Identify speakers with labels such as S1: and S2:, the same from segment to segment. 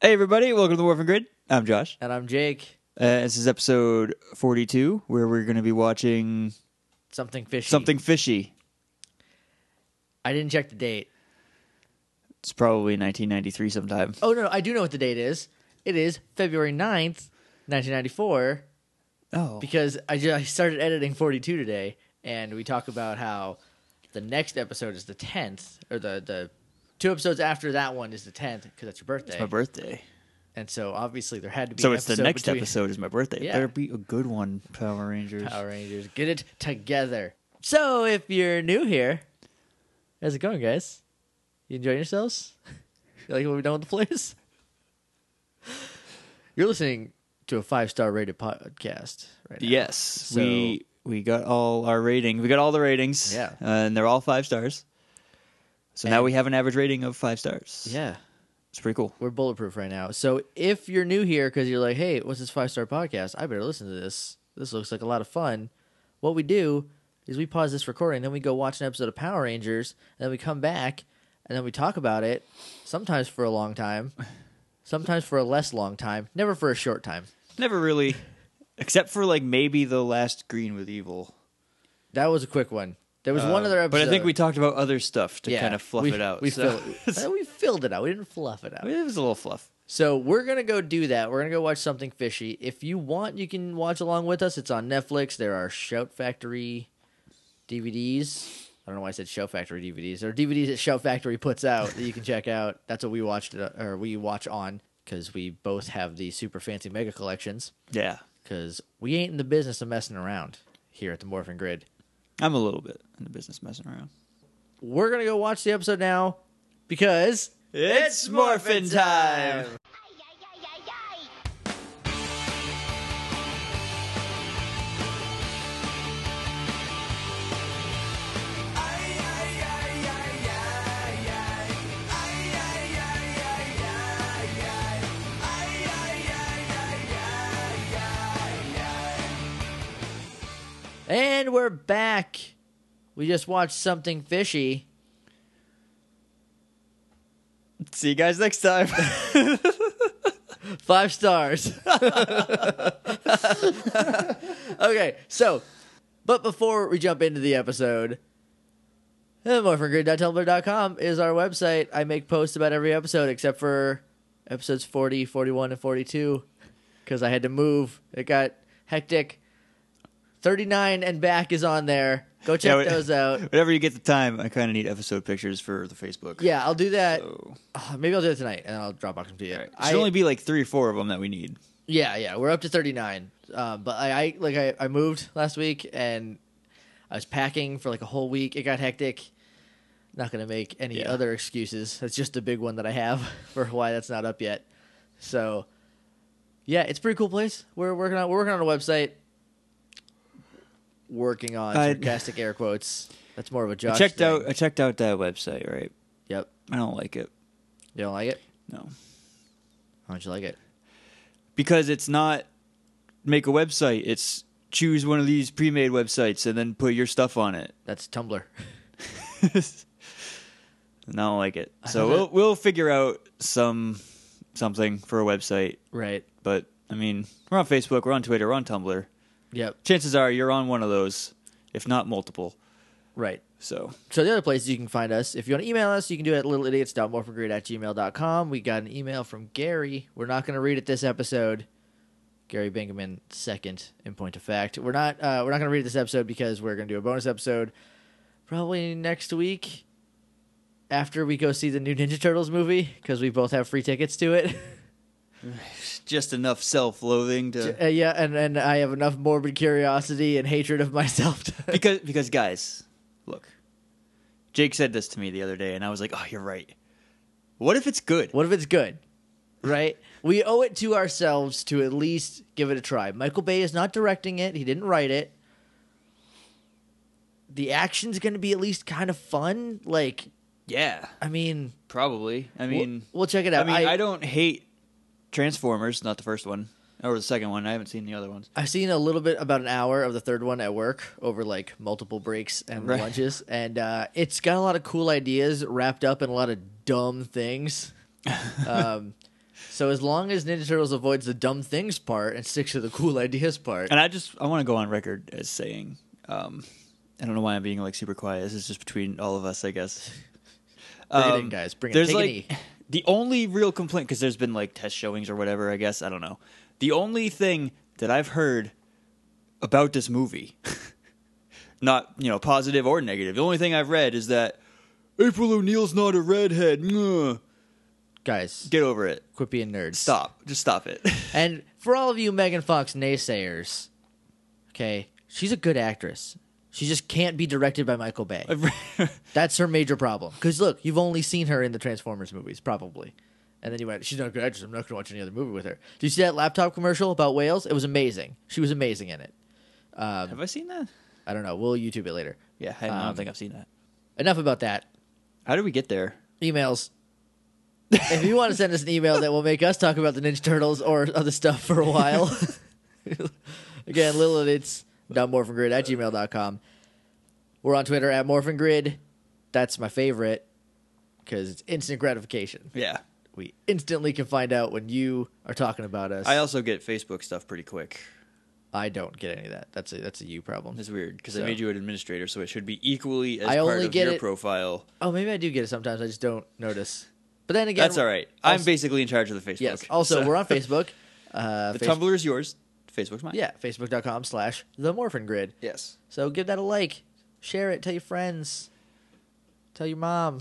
S1: Hey, everybody, welcome to the Warfing Grid. I'm Josh.
S2: And I'm Jake.
S1: Uh, this is episode 42, where we're going to be watching
S2: Something fishy.
S1: something fishy.
S2: I didn't check the date.
S1: It's probably 1993 sometime.
S2: Oh, no, I do know what the date is. It is February 9th, 1994,
S1: Oh.
S2: because I, ju- I started editing 42 today, and we talk about how the next episode is the 10th, or the, the two episodes after that one is the 10th, because that's your birthday.
S1: It's my birthday.
S2: and so obviously there had to be
S1: So
S2: an
S1: it's the next
S2: between
S1: episode is my birthday.
S2: Yeah.
S1: Better be a good one, Power Rangers.
S2: Power Rangers. Get it together. So if you're new here, how's it going, guys? You enjoying yourselves? You like what we've done with the place? You're listening to a five star rated podcast right now.
S1: Yes.
S2: So-
S1: We we got all our rating. We got all the ratings.
S2: Yeah.
S1: Uh, and they're all five stars. So now
S2: And-
S1: we have an average rating of five stars.
S2: Yeah.
S1: It's pretty cool.
S2: We're bulletproof right now. So if you're new here because you're like, hey, what's this five star podcast? I better listen to this. This looks like a lot of fun. What we do is we pause this recording, then we go watch an episode of Power Rangers, and then we come back, and then we talk about it, sometimes for a long time, sometimes for a less long time, never for a short time.
S1: Never really, except for like maybe the last Green with Evil.
S2: That was a quick one. There was one
S1: Um,
S2: other episode.
S1: But I think we talked about other stuff to
S2: Yeah,
S1: kind of fluff
S2: we-
S1: it out.
S2: We,
S1: so-
S2: filled, we filled it out. We didn't fluff it out.
S1: it was a little fluff.
S2: So we're gonna go do that. We're gonna go watch something fishy. If you want, you can watch along with us. It's on Netflix. There are Shout Factory DVDs. I don't know why I said Shout Factory DVDs. There are DVDs that Shout Factory puts out that you can check out. That's what we watched it- or we watch on because we both have the super fancy mega collections.
S1: Yeah,
S2: Because we ain't in the business of messing around here at the Morphin Grid.
S1: I'm a little bit in the business messing around.
S2: We're gonna go watch the episode now because
S1: It's morphin' time.
S3: Ay, ay, ay, ay, ay.
S2: And we're back. We just watched something fishy.
S1: See you guys next time.
S2: Five stars. okay, so, but before we jump into the episode, eh, morphingrid.tumblr.com is our website. I make posts about every episode except for episodes 40, 41, and 42 because I had to move. It got hectic. 39 and back is on there. Go check
S1: Yeah, we-
S2: those out.
S1: Whenever you get the time, I kind of need episode pictures for the Facebook.
S2: Yeah, I'll do that.
S1: So,
S2: Ah, maybe I'll do it tonight and I'll Dropbox them to you.
S1: it should
S2: I-
S1: only be like three or four of them that we need.
S2: Yeah, yeah, we're up to thirty nine. Um, but I, I like I, I moved last week and I was packing for like a whole week. It got hectic. Not gonna make any
S1: Yeah.
S2: other excuses. That's just the big one that I have for why that's not up yet. So, yeah, it's a pretty cool place. We're working on we're working on a website. Working on
S1: I-
S2: sarcastic air quotes. That's more of a
S1: I
S2: Josh.
S1: checked
S2: thing.
S1: out. I checked out that website. Right.
S2: Yep.
S1: I don't like it.
S2: You don't like it?
S1: No,
S2: How much you like it?
S1: because it's not make a website. It's choose one of these pre-made websites and then put your stuff on it.
S2: That's Tumblr.
S1: And I don't like it. So
S2: love
S1: we'll
S2: it.
S1: we'll figure out some something for a website.
S2: Right.
S1: But I mean, we're on Facebook, we're on Twitter, we're on Tumblr.
S2: Yep.
S1: Chances are you're on one of those, if not multiple.
S2: Right.
S1: So
S2: So the other places you can find us, if you want to email us, you can do it at littleidiots.morphingrid at gmail.com. We got an email from Gary. We're not going to read it this episode. Gary Bingaman, second in point of fact. We're not uh, we're not going to read it this episode because we're going to do a bonus episode probably next week after we go see the new Ninja Turtles movie because we both have free tickets to it.
S1: just enough self-loathing to
S2: Uh, yeah, and, and I have enough morbid curiosity and hatred of myself to
S1: because because guys, look, Jake said this to me the other day, and I was like, oh, you're right. What if it's good?
S2: What if it's good? Right? we owe it to ourselves to at least give it a try. Michael Bay is not directing it, he didn't write it. The action's going to be at least kind of fun. Like,
S1: Yeah,
S2: I mean,
S1: probably. I
S2: we'll-
S1: mean,
S2: we'll, check it
S1: I
S2: out.
S1: mean, I don't hate Transformers, not the first one or the second one. I haven't seen the other ones.
S2: I've seen a little bit about an hour of the third one at work over like multiple breaks and
S1: Right.
S2: lunches, and uh, it's got a lot of cool ideas wrapped up in a lot of dumb things. um, So as long as Ninja Turtles avoids the dumb things part and sticks to the cool ideas part,
S1: And I just I want to go on record as saying, um, I don't know why I'm being like super quiet. This is just between all of us, I guess.
S2: Bring it in, guys. Bring it.
S1: Um, There's
S2: Take it
S1: like the only real complaint because there's been like test showings or whatever. I guess I don't know. The only thing that I've heard about this movie, not you know positive or negative. The only thing I've read is that April O'Neil's not a redhead. Mwah.
S2: guys,
S1: Get over it.
S2: quit being nerds.
S1: Stop. Just stop it.
S2: And for all of you Megan Fox naysayers, okay, she's a good actress. She just can't be directed by Michael Bay.
S1: I've read-
S2: That's her major problem. Because look, you've only seen her in the Transformers movies, probably. And then you went, she's not a good actress. I'm not going to watch any other movie with her. Do you see that laptop commercial about whales? It was amazing. She was amazing in it.
S1: Have I seen that?
S2: I don't know. We'll YouTube it later.
S1: Yeah, Um, I don't
S2: Um,
S1: think I've seen that.
S2: Enough about that.
S1: How did we get there?
S2: Emails. if you want to send us an email that will make us talk about the Ninja Turtles or other stuff for a while, again, Lilith, it's morphingrid at gmail.com. We're on Twitter at morphingrid. That's my favorite because it's instant gratification.
S1: Yeah.
S2: we instantly can find out when you are talking about us.
S1: I
S2: I,
S1: also get Facebook stuff pretty quick.
S2: don't get any of that. That's a that's a you problem.
S1: It's weird because
S2: So-
S1: I made you an administrator, so it should be equally as
S2: I
S1: part
S2: only
S1: of
S2: get
S1: your
S2: it-
S1: profile.
S2: Oh, maybe I do get it sometimes. I just don't notice. But then again,
S1: That's all right. I'm
S2: also-
S1: basically in charge of the Facebook.
S2: Yes. Also,
S1: so-
S2: we're on Facebook. Uh,
S1: the
S2: Face-
S1: Tumblr is yours. Facebook's mine.
S2: Yeah, facebook.com slash the Morphin Grid.
S1: Yes.
S2: So give that a like, share it, tell your friends, tell your mom.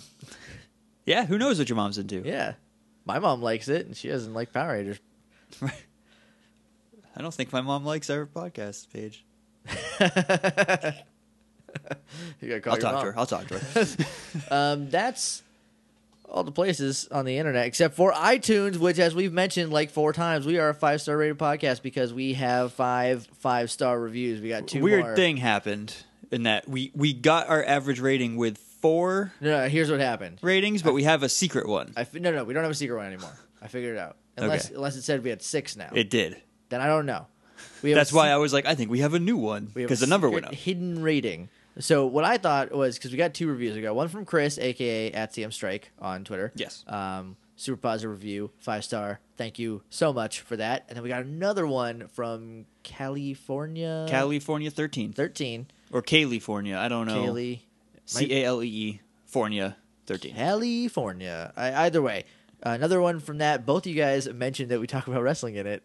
S1: Yeah. Who knows what your mom's into?
S2: Yeah, my mom likes it, and she doesn't like Power Rangers.
S1: I don't think my mom likes our podcast page.
S2: You gotta call
S1: I'll
S2: your
S1: talk
S2: mom.
S1: to her. I'll talk to her.
S2: Um, that's all the places on the internet except for iTunes, which, as we've mentioned like four times, we are a five star rated podcast because we have five five star reviews. We got two.
S1: Weird
S2: more.
S1: thing happened in that we we got our average rating with four
S2: No, no. Here's what happened.
S1: ratings, but we have a secret one.
S2: I fi- no, no. We don't have a secret one anymore. I figured it out. Unless
S1: Okay.
S2: unless it said we had six now,
S1: It did.
S2: then I don't know. We have
S1: That's
S2: a
S1: why
S2: se-
S1: I was like, I think we have a new one
S2: we have a
S1: because the number
S2: secret
S1: went up.
S2: Hidden rating. So what I thought was because we got two reviews. We got one from Chris, aka at CM Strike on Twitter.
S1: Yes.
S2: Um, super positive review, five star. Thank you so much for that. And then we got another one from California.
S1: California 13
S2: thirteen.
S1: or California. I don't know.
S2: Cali.
S1: C A L E E, Fornia 13.
S2: California. I, either way, another one from that. Both of you guys mentioned that we talk about wrestling in it.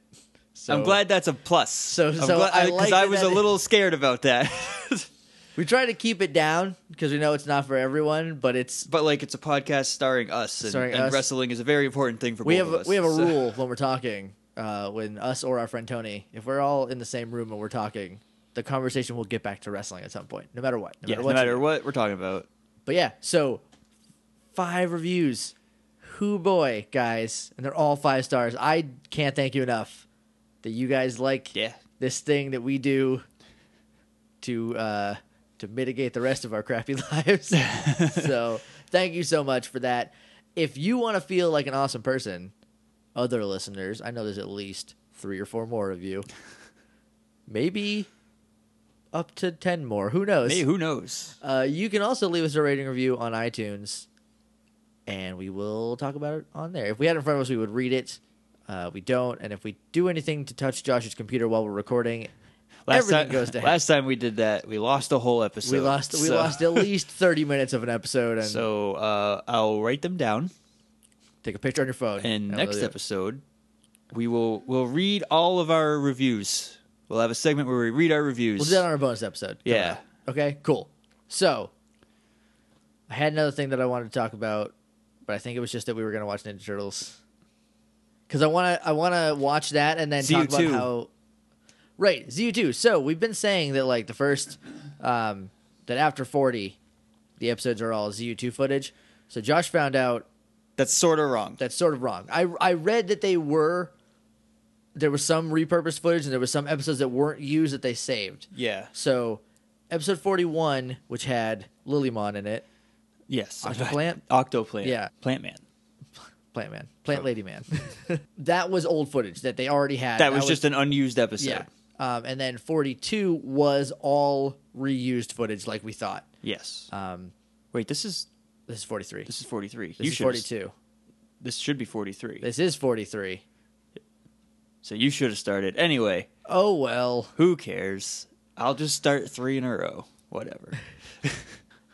S2: So
S1: I'm glad that's a plus. So,
S2: so I like
S1: I
S2: that
S1: was
S2: that
S1: a
S2: it-
S1: little scared about that.
S2: we try to keep it down because we know it's not for everyone, but it's
S1: but like, it's a podcast starring us, and,
S2: Starring
S1: and
S2: us.
S1: wrestling is a very important thing for
S2: we
S1: both
S2: have
S1: of us.
S2: we have a
S1: so-
S2: rule when we're talking uh, when us or our friend Tony if we're all in the same room and we're talking the conversation will get back to wrestling at some point no matter what no
S1: Yeah,
S2: matter
S1: no
S2: what, you
S1: matter
S2: do.
S1: what we're talking about.
S2: but yeah so five reviews who boy guys and they're all five stars I can't thank you enough that you guys like
S1: Yeah.
S2: this thing that we do to uh, to mitigate the rest of our crappy lives. so thank you so much for that. If you want to feel like an awesome person, other listeners, I know there's at least three or four more of you, maybe up to ten more. Who knows?
S1: Hey, who knows?
S2: Uh, you can also leave us a rating review on iTunes, and we will talk about it on there. If we had it in front of us, we would read it. Uh, we don't, and if we do anything to touch Josh's computer while we're recording, everything
S1: time,
S2: goes to hell.
S1: last time we did that, we lost a whole episode.
S2: we lost we
S1: so-
S2: lost at least thirty minutes of an episode, and
S1: So uh, I'll write them down,
S2: take a picture on your phone.
S1: and
S2: we'll
S1: next
S2: do it.
S1: episode, we will we'll read all of our reviews. We'll have a segment where we read our reviews.
S2: we'll do that on our bonus episode. coming
S1: Yeah.
S2: up. Okay. Cool. So I had another thing that I wanted to talk about, but I think it was just that we were going to watch Ninja Turtles. Because I want to, I want to watch that and then talk about
S1: ZU2.
S2: how. Right, ZU2. So we've been saying that like the first, um, that after forty, the episodes are all ZU2 footage. So Josh found out
S1: That's sort of wrong.
S2: that's sort of wrong. I I read that they were there was some repurposed footage and there was some episodes that weren't used that they saved.
S1: yeah.
S2: So episode 41 which had Lilymon in it,
S1: Yes.
S2: Octoplant?
S1: Octoplant.
S2: Yeah.
S1: Plant man.
S2: Plant Man, Plant
S1: Oh.
S2: Lady Man. that was old footage that they already had.
S1: That was, just an unused episode.
S2: yeah. Um, and then 42 was all reused footage like we thought.
S1: Yes.
S2: Um,
S1: Wait, this is
S2: this is 43.
S1: this is 43.
S2: This
S1: you
S2: is
S1: should have-
S2: 42.
S1: This should be 43.
S2: This is 43.
S1: so you should have started. Anyway,
S2: Oh, well.
S1: who cares? I'll just start three in a row. Whatever.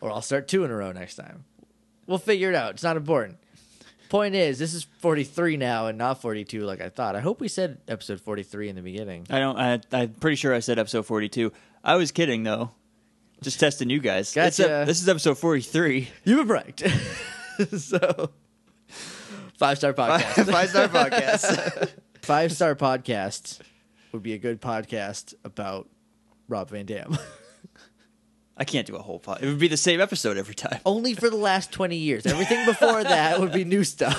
S2: Or I'll start two in a row next time. We'll figure it out. It's not important. Point is, this is 43 now and not 42 like I thought. I hope we said episode 43 in the beginning.
S1: I don't. I, I'm pretty sure I said episode 42. I was kidding though. Just testing you guys. It's
S2: Gotcha.
S1: ep- this is episode 43.
S2: You've been right. so, five star podcast.
S1: Five star podcast.
S2: Five star podcast would be a good podcast about Rob Van Dam.
S1: I can't do a whole pod. It would be the same episode every time.
S2: Only for the last 20 years. Everything before that would be new stuff.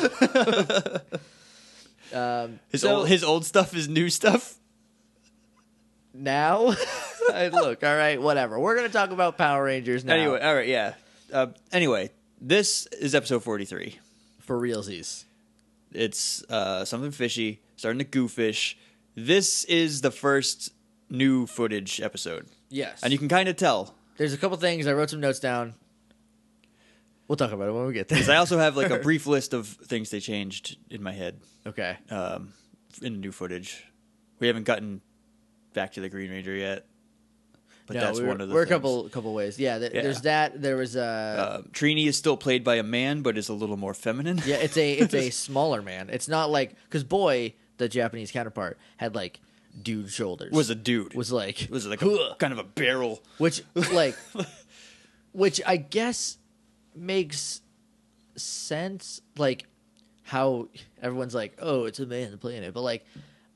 S2: um,
S1: His
S2: so
S1: old his old stuff is new stuff.
S2: now, I look, all right, whatever. We're going to talk about Power Rangers now.
S1: Anyway, all right, yeah. Uh, anyway, this is episode 43.
S2: For realsies.
S1: It's uh, something fishy, starting to goofish. This is the first new footage episode,
S2: Yes.
S1: and you can kind of tell
S2: There's a couple things. I wrote some notes down. We'll talk about it when we get
S1: because I
S2: there.
S1: also have like a brief list of things they changed in my head
S2: okay.
S1: um, in the new footage. We haven't gotten back to the Green Ranger yet, but that's
S2: we were,
S1: one of the.
S2: we're a
S1: things.
S2: couple couple ways. Yeah, th-
S1: Yeah.
S2: there's that. There was uh, a
S1: Um, Trini is still played by a man, but is a little more feminine.
S2: yeah. It's a it's a smaller man. It's not like because boy, the Japanese counterpart had like dude shoulders.
S1: was a dude.
S2: was like
S1: was like a, kind of a barrel.
S2: which like which I guess makes sense. Like how everyone's like, oh, it's a man playing it, but like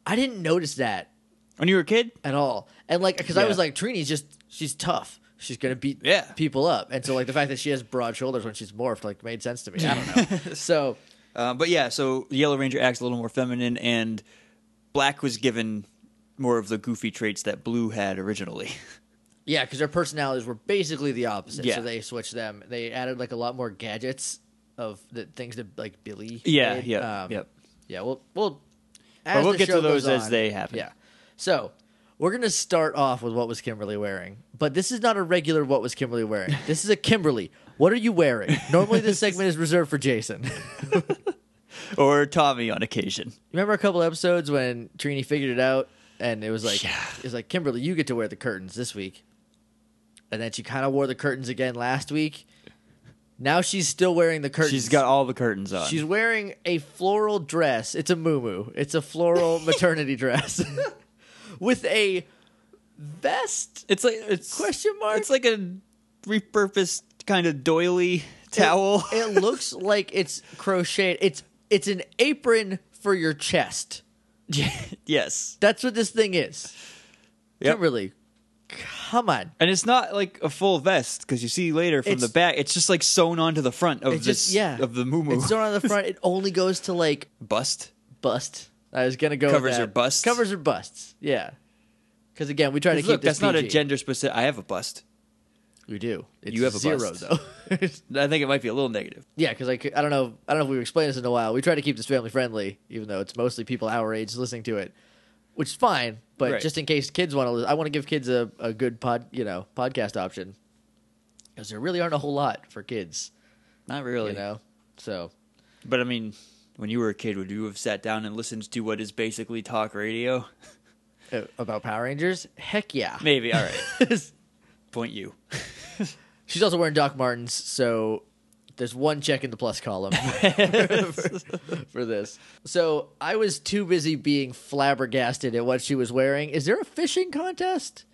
S2: I didn't notice that
S1: When you were a kid,
S2: at all. And like, because I
S1: Yeah.
S2: was like, Trini's just she's tough. She's gonna beat
S1: Yeah.
S2: people up. And so like the fact that she has broad shoulders when she's morphed like made sense to me. I don't know. so
S1: Uh, but yeah, so the Yellow Ranger acts a little more feminine, and Black was given more of the goofy traits that Blue had originally.
S2: yeah, because their personalities were basically the opposite.
S1: Yeah.
S2: So they switched them. They added like a lot more gadgets of the things that like Billy.
S1: Yeah,
S2: made. Um,
S1: yeah, yep.
S2: Yeah, we'll we'll.
S1: But
S2: As
S1: we'll
S2: the
S1: get to
S2: show goes
S1: those as
S2: on-
S1: they happen.
S2: Yeah. So we're gonna start off with what was Kimberly wearing, but this is not a regular what was Kimberly wearing. This is a Kimberly. What are you wearing? Normally, this segment is reserved for Jason.
S1: or Tommy on occasion.
S2: Remember a couple episodes when Trini figured it out, and it was like,
S1: Yeah.
S2: it was like Kimberly, you get to wear the curtains this week, and then she kind of wore the curtains again last week. Now she's still wearing the curtains.
S1: She's got all the curtains on.
S2: She's wearing a floral dress. It's a muumuu. It's a floral maternity dress with a vest.
S1: it's like it's
S2: Question mark?
S1: It's like a repurposed kind of doily towel.
S2: It looks like it's crocheted. It's it's an apron for your chest.
S1: yes,
S2: That's what this thing is.
S1: Yep.
S2: Kimberly, come on.
S1: and it's not like a full vest because you see later from
S2: It's-
S1: the back, it's just like sewn onto the front of
S2: It
S1: this
S2: just yeah
S1: of the muumuu
S2: It's on the front. It only goes to like
S1: bust.
S2: bust. I was gonna go with
S1: Covers
S2: that.
S1: her busts?
S2: Covers her busts. Yeah. Because again, we try to keep
S1: Look,
S2: this
S1: that's not a
S2: PG.
S1: gender specific. I have a bust.
S2: We do. It's
S1: You have a
S2: zero
S1: bust.
S2: though.
S1: I think it might be a little negative.
S2: Yeah, because I, c- I don't know I don't know if we've explained this in a while. We try to keep this family friendly, even though it's mostly people our age listening to it, which is fine. But
S1: Right.
S2: just in case kids want to, I want to give kids a, a good pod you know podcast option because there really aren't a whole lot for kids,
S1: Not really.
S2: you know. So
S1: But I mean, when you were a kid, would you have sat down and listened to what is basically talk radio?
S2: uh, about Power Rangers, heck yeah.
S1: Maybe. All right. Point you.
S2: She's also wearing Doc Martens, so there's one check in the plus column for this. So I was too busy being flabbergasted at what she was wearing. Is there a fishing contest?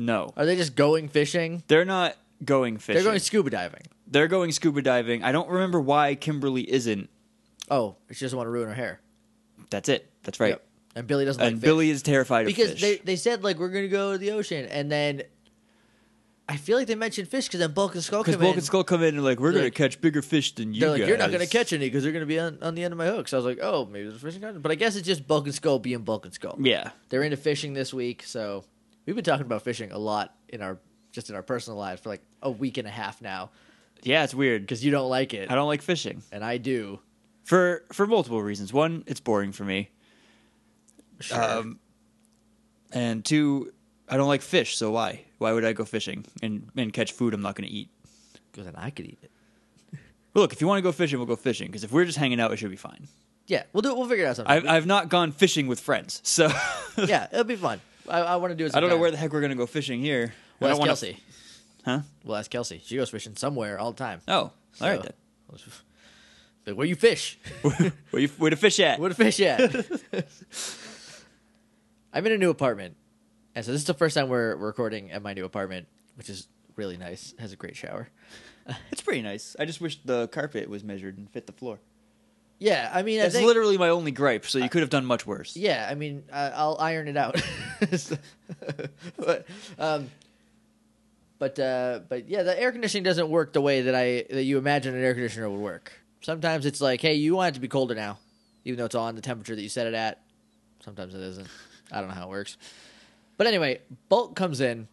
S1: No,
S2: Are they just going fishing?
S1: they're not going fishing.
S2: They're going scuba diving.
S1: They're going scuba diving. I don't remember why Kimberly isn't.
S2: Oh, she doesn't want to ruin her hair.
S1: That's it. That's right.
S2: Yep. And Billy doesn't
S1: And
S2: like
S1: Billy is terrified
S2: fish. because
S1: of fish.
S2: they they said like we're gonna go to the ocean and then I feel like they mentioned fish because then Bulk and Skull
S1: because
S2: come
S1: Bulk
S2: in.
S1: and Skull come in and like we're
S2: They're
S1: gonna
S2: like-
S1: catch bigger fish than you
S2: they're like,
S1: guys.
S2: you're not gonna catch any because they're gonna be on, on the end of my hook. So I was like, oh, maybe there's a fishing contest. But I guess it's just Bulk and Skull being Bulk and Skull.
S1: Yeah,
S2: They're into fishing this week, so we've been talking about fishing a lot in our just in our personal lives for like a week and a half now
S1: yeah. It's weird.
S2: because you don't like it
S1: I don't like fishing
S2: and I do.
S1: for for multiple reasons. One, it's boring for me.
S2: Sure.
S1: Um, and two, I don't like fish, so why? Why would I go fishing and, and catch food I'm not going to eat?
S2: because then I could eat it.
S1: Look, if you want to go fishing, we'll go fishing. Because if we're just hanging out, it should be fine.
S2: Yeah, we'll do it. We'll figure it out sometime.
S1: I've, I've not gone fishing with friends, so
S2: yeah, it'll be fun. I, I want to do it.
S1: I don't know
S2: sometime.
S1: where the heck we're gonna go fishing here.
S2: We'll
S1: I
S2: ask
S1: don't wanna-
S2: Kelsey.
S1: huh?
S2: We'll ask Kelsey. She goes fishing somewhere all the time.
S1: Oh, all right
S2: So-
S1: then.
S2: But where you fish?
S1: Where you where to fish at?
S2: Where to fish at? I'm in a new apartment, and so this is the first time we're recording at my new apartment, which is really nice. It has a great shower.
S1: It's pretty nice. I just wish the carpet was measured and fit the floor.
S2: Yeah, I mean, I
S1: That's
S2: think,
S1: literally my only gripe. So you could have done much worse.
S2: Yeah, I mean, uh, I'll iron it out. but, um, but, uh, but yeah, the air conditioning doesn't work the way that I that you imagine an air conditioner would work. Sometimes it's like, hey, you want it to be colder now, even though it's on the temperature that you set it at. Sometimes it isn't. I don't know how it works. But anyway, Bulk comes in,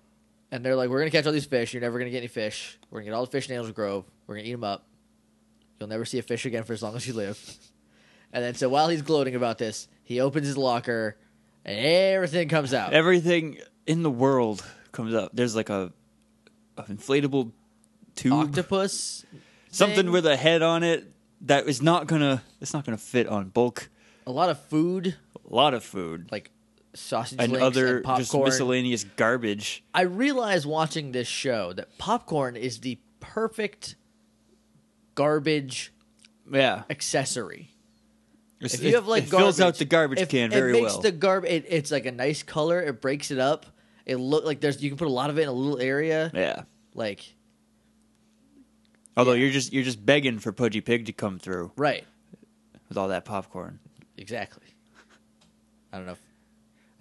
S2: and they're like, "We're gonna catch all these fish. You're never gonna get any fish. We're gonna get all the fish in Angel Grove. We're gonna eat them up. You'll never see a fish again for as long as you live." And then, so while he's gloating about this, he opens his locker, and everything comes out.
S1: Everything in the world comes up. There's like a, a inflatable tube,
S2: Octopus,
S1: something
S2: thing.
S1: with a head on it that is not gonna. It's not gonna fit on bulk.
S2: a lot of food,
S1: A lot of food
S2: like sausage
S1: and
S2: links
S1: other
S2: and
S1: just
S2: popcorn.
S1: miscellaneous garbage.
S2: I realized watching this show that popcorn is the perfect garbage
S1: Yeah,
S2: accessory.
S1: It's-
S2: If you
S1: it,
S2: have like
S1: it fills out
S2: garbage-
S1: the garbage
S2: if-
S1: can very
S2: it makes
S1: well.
S2: the garbage. It, it's like a nice color. It breaks it up. It look like there's you can put a lot of it in a little area.
S1: yeah.
S2: Like
S1: Although you're just you're just begging for Pudgy Pig to come through
S2: right,
S1: with all that popcorn.
S2: exactly. I don't know. If,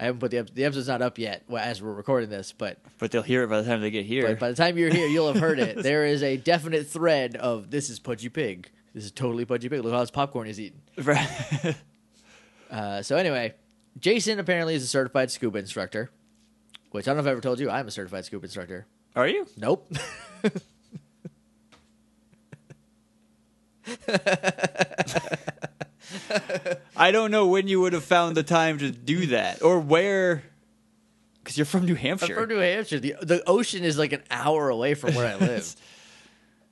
S2: I haven't put the ep- the episode's not up yet well, as we're recording this, but
S1: But they'll hear it by the time they get here.
S2: but by the time you're here, you'll have heard it. There is a definite thread of this is Pudgy Pig. This is totally Pudgy Pig. Look how his popcorn is eaten.
S1: Right.
S2: Uh, so anyway, Jason apparently is a certified scuba instructor, which I don't know if I ever told you. I'm a certified scuba instructor.
S1: Are you?
S2: Nope.
S1: I don't know when you would have found the time to do that or where, because you're from New Hampshire.
S2: I'm from New Hampshire. The, the ocean is like an hour away from where I live.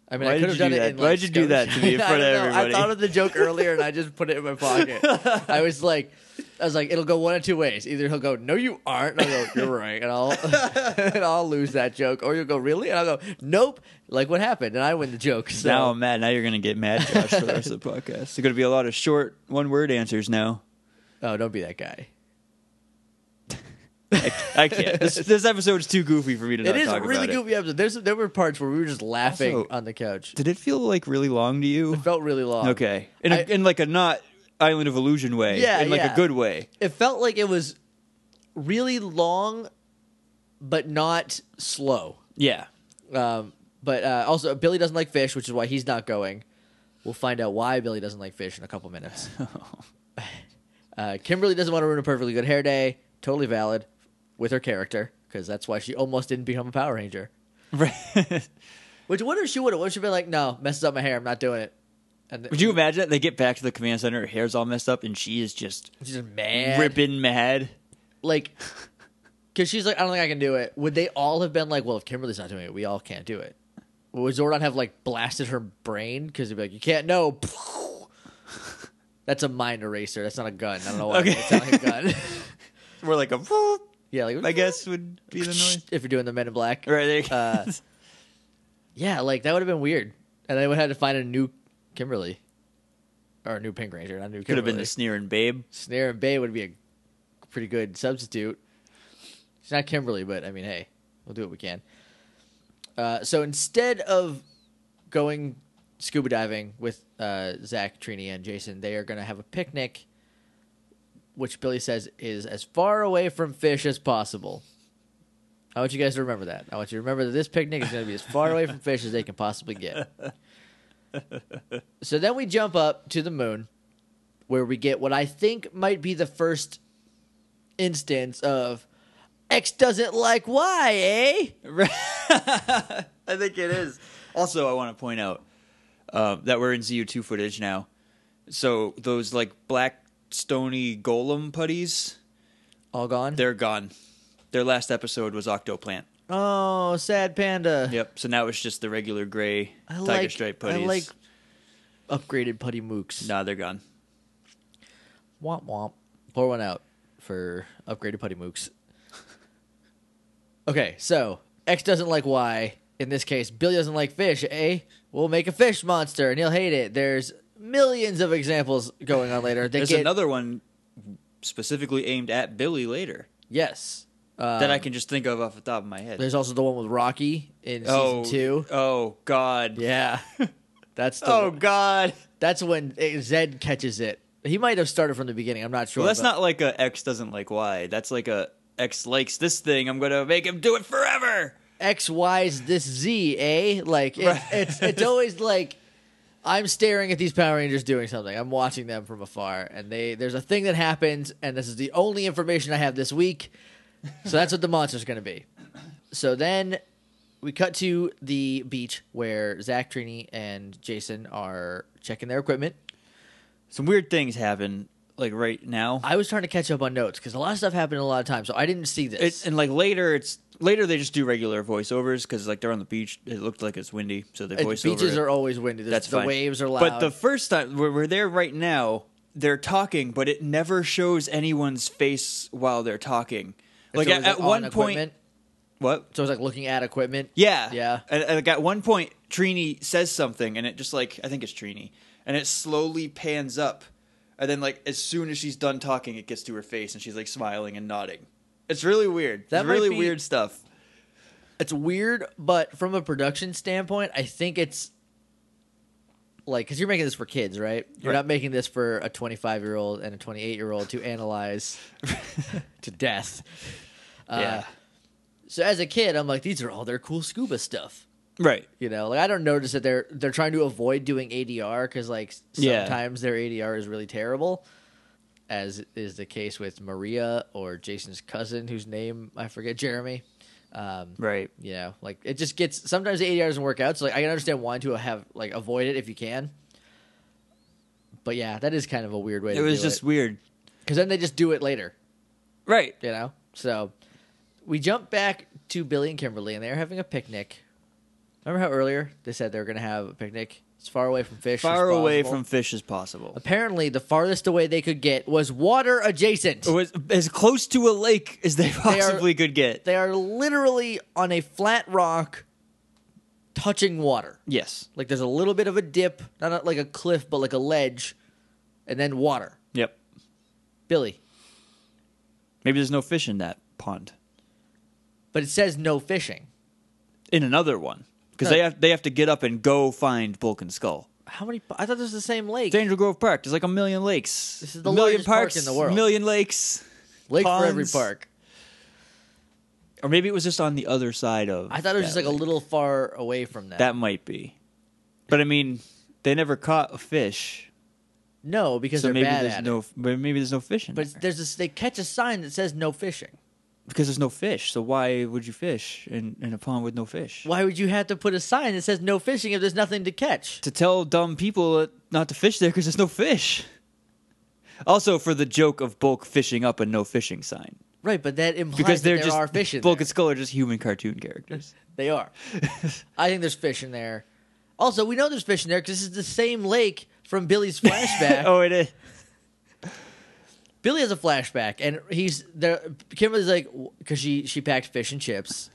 S2: I mean,
S1: Why
S2: I
S1: did
S2: could have
S1: you
S2: done
S1: do
S2: it.
S1: that?
S2: In,
S1: Why
S2: like,
S1: did you do that to me in
S2: Scotia. I
S1: front of
S2: don't know.
S1: everybody?
S2: I thought of the joke earlier and I just put it in my pocket. I was like, I was like, it'll go one of two ways. Either he'll go, "No, you aren't," and I'll go, "You're right," and I'll and I'll lose that joke, or you'll go, "Really?" and I'll go, "Nope." Like what happened, and I win the joke. So
S1: Now I'm mad. Now you're gonna get mad, Josh, for the rest of the podcast. There's gonna be a lot of short one word answers now.
S2: oh, don't be that guy.
S1: I can't. This, this episode's too goofy for me to not
S2: it is a
S1: talk
S2: really
S1: about it.
S2: goofy episode. There's there were parts where we were just laughing
S1: Also-
S2: on the couch.
S1: Did it feel like really long to you?
S2: It felt really long.
S1: Okay, in a,
S2: Um, I-
S1: in like a not Island of Illusion way.
S2: Yeah,
S1: in like
S2: yeah.
S1: a good way.
S2: it felt like it was really long but not slow
S1: Yeah.
S2: um, but uh, also billy doesn't like fish which is why he's not going we'll find out why billy doesn't like fish in a couple minutes uh, kimberly doesn't want to ruin a perfectly good hair day totally valid with her character because that's why she almost didn't become a power ranger
S1: Right.
S2: which what if she would have what if she'd been like no messes up my hair i'm not doing it and
S1: Would you imagine that they get back to the command center, her hair's all messed up, and she is just
S2: she's just mad
S1: ripping mad?
S2: like because she's like i don't think i can do it would they all have been like well if kimberly's not doing it we all can't do it would zordon have like blasted her brain because he'd be like you can't know that's a mind eraser that's not a gun i don't know why
S1: Okay.
S2: it's not like a gun
S1: We're like a. whoop,
S2: yeah like
S1: I guess would be the noise.
S2: if you're doing the men in black
S1: Right there. you go.
S2: Uh, yeah like that would have been weird and they would have had to find a new kimberly or a new pink ranger not a new kimberly
S1: Could have been the sneering babe.
S2: snare and bay would be a pretty good substitute. It's not Kimberly, but I mean, hey, we'll do what we can. Uh, so instead of going scuba diving with uh, Zach, Trini, and Jason, they are going to have a picnic, which Billy says is as far away from fish as possible. I want you guys to remember that. I want you to remember that this picnic is going to be as far away from fish as they can possibly get. So then we jump up to the moon, where we get what I think might be the first instance of X doesn't like Y, eh?
S1: I think it is. Also, I want to point out uh, that we're in ZU2 footage now. So those like black stony golem putties,
S2: All gone.
S1: they're gone. Their last episode was Octoplant.
S2: oh, sad panda.
S1: Yep. So now it's just the regular gray
S2: I
S1: tiger
S2: like-
S1: stripe
S2: I
S1: putties.
S2: like upgraded putty mooks.
S1: Nah, they're gone.
S2: Womp womp. Pour one out for upgraded putty mooks. okay, so X doesn't like Y. In this case, Billy doesn't like fish, eh? We'll make a fish monster and he'll hate it. There's millions of examples going on later. They
S1: There's
S2: get,
S1: another one specifically aimed at Billy later
S2: Yes. Um,
S1: that I can just think of off the top of my head.
S2: There's also the one with Rocky in
S1: oh,
S2: season two.
S1: Oh God.
S2: Yeah. That's the
S1: Oh God.
S2: That's when it- Zed catches it. He might have started from the beginning. I'm not sure.
S1: Well, that's
S2: but-
S1: not like a X doesn't like Y. That's like a X likes this thing. I'm gonna make him do it forever.
S2: X Y's this Z, eh? Like it,
S1: Right.
S2: it's it's always like I'm staring at these Power Rangers doing something. I'm watching them from afar, and they there's a thing that happens, and this is the only information I have this week. So that's what the monster's gonna be. So then we cut to the beach where Zach, Trini, and Jason are checking their equipment.
S1: Some weird things happen like right now.
S2: I was trying to catch up on notes because a lot of stuff happened in a lot of time, so I didn't see this.
S1: It, and like later, it's later they just do regular voiceovers because like they're on the beach. It looked like it's windy, so they
S2: And
S1: voiceover.
S2: beaches
S1: it.
S2: are always windy. There's-
S1: That's
S2: the
S1: fine.
S2: waves are loud.
S1: But the first time we're, we're there right now, they're talking, but it never shows anyone's face while they're talking. Like
S2: So
S1: at,
S2: is it
S1: at
S2: on
S1: one
S2: equipment?
S1: point, what?
S2: So it's like looking at equipment.
S1: Yeah,
S2: Yeah.
S1: And, and, like at one point, Trini says something, and it just like I think it's Trini, and it slowly pans up, and then like as soon as she's done talking, it gets to her face, and she's like smiling and nodding. It's really weird.
S2: That
S1: it's
S2: might
S1: really
S2: be-
S1: weird stuff.
S2: It's weird, but from a production standpoint, I think it's like because you're making this for kids, right? You're
S1: Right.
S2: not making this for a 25 year old and a 28 year old to analyze to death. Uh,
S1: yeah.
S2: So as a kid, I'm like, these are all their cool scuba stuff.
S1: Right.
S2: You know, like I don't notice that they're they're trying to avoid doing ADR because like s-
S1: Yeah.
S2: sometimes their ADR is really terrible, as is the case with Maria or Jason's cousin whose name I forget, Jeremy. Um,
S1: Right.
S2: you know, like it just gets sometimes the ADR doesn't work out. So like I can understand wanting to have like avoid it if you can. But yeah, that is kind of a weird way.
S1: It
S2: to
S1: was
S2: do
S1: just weird.
S2: because then they just do it later,
S1: Right.
S2: you know. So we jump back to Billy and Kimberly, and they're having a picnic. Remember how earlier they said they were going to have a picnic? It's far away from fish. as
S1: Far away
S2: possible.
S1: from fish as possible.
S2: Apparently, the farthest away they could get was water adjacent.
S1: It was as close to a lake as they possibly could get.
S2: They are literally on a flat rock, touching water.
S1: yes.
S2: Like there's a little bit of a dip, not a- like a cliff, but like a ledge, and then water.
S1: Yep.
S2: Billy.
S1: Maybe there's no fish in that pond.
S2: But it says no fishing.
S1: In another one, because
S2: No.
S1: they have they have to get up and go find Bulk and Skull.
S2: How many? I thought this was the same lake.
S1: It's Angel Grove Park. There's like a million lakes.
S2: This is the
S1: A million
S2: largest park
S1: parks,
S2: in the world.
S1: Million lakes,
S2: lake for every
S1: ponds.
S2: park.
S1: or maybe it was just on the other side of.
S2: I thought it was
S1: that
S2: just like a
S1: lake.
S2: little far away from that.
S1: That might be, but I mean, they never caught a fish,
S2: no, because
S1: so
S2: they're
S1: maybe
S2: bad
S1: there's
S2: at it.
S1: no. But maybe there's no fish in
S2: But
S1: there.
S2: there's this. They catch a sign that says no fishing.
S1: because there's no fish. So why would you fish in, in a pond with no fish?
S2: Why would you have to put a sign that says no fishing if there's nothing to catch?
S1: to tell dumb people that not to fish there because there's no fish. Also, for the joke of bulk fishing up a no fishing sign
S2: Right, but that implies
S1: because
S2: that
S1: they're
S2: there
S1: just
S2: are fish in
S1: bulk
S2: there.
S1: and skull are just human cartoon characters.
S2: They are. I think there's fish in there. Also, we know there's fish in there because this is the same lake from Billy's flashback.
S1: oh, it is.
S2: Billy has a flashback, and he's there. Kimberly's like, because she she packed fish and chips,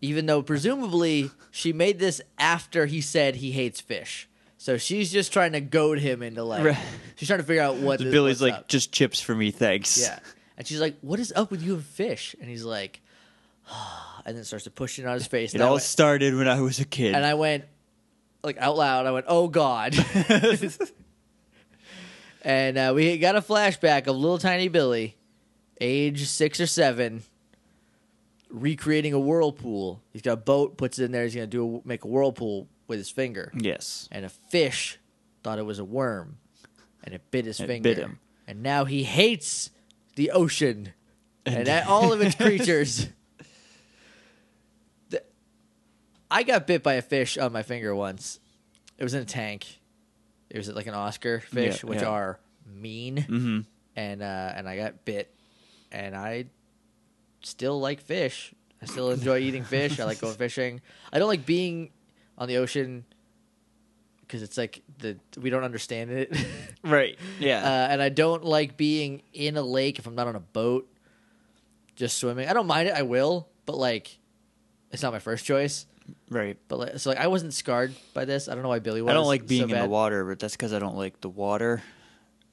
S2: even though presumably she made this after he said he hates fish. So she's just trying to goad him into like,
S1: Right.
S2: she's trying to figure out what this,
S1: Billy's
S2: what's
S1: like
S2: up.
S1: just chips for me, thanks.
S2: yeah, and she's like, what is up with you and fish? And he's like, and then starts to push it on his face.
S1: It
S2: and I
S1: all
S2: went-
S1: started when I was a kid.
S2: and I went like out loud. I went, "Oh God!" and uh, we got a flashback of little tiny Billy, age six or seven, recreating a whirlpool. He's got a boat, puts it in there. He's gonna do a, make a whirlpool with his finger,
S1: yes.
S2: and a fish thought it was a worm, and it bit his
S1: It
S2: finger.
S1: bit him.
S2: And now he hates the ocean and at all of its creatures. The- I got bit by a fish on my finger once. It was in a tank. It was like an Oscar fish,
S1: Yeah,
S2: which
S1: yeah.
S2: are mean, mm-hmm. and uh, and I got bit, and I still like fish. I still enjoy eating fish. I like going fishing. I don't like being on the ocean because it's like the we don't understand it.
S1: Right. Yeah.
S2: uh, and I don't like being in a lake if I'm not on a boat, just swimming. I don't mind it. I will, but like, it's not my first choice.
S1: right.
S2: But like, so like, I wasn't scarred by this. I don't know why Billy was.
S1: I don't like being
S2: so
S1: in the
S2: bad.
S1: water, but that's because I don't like the water.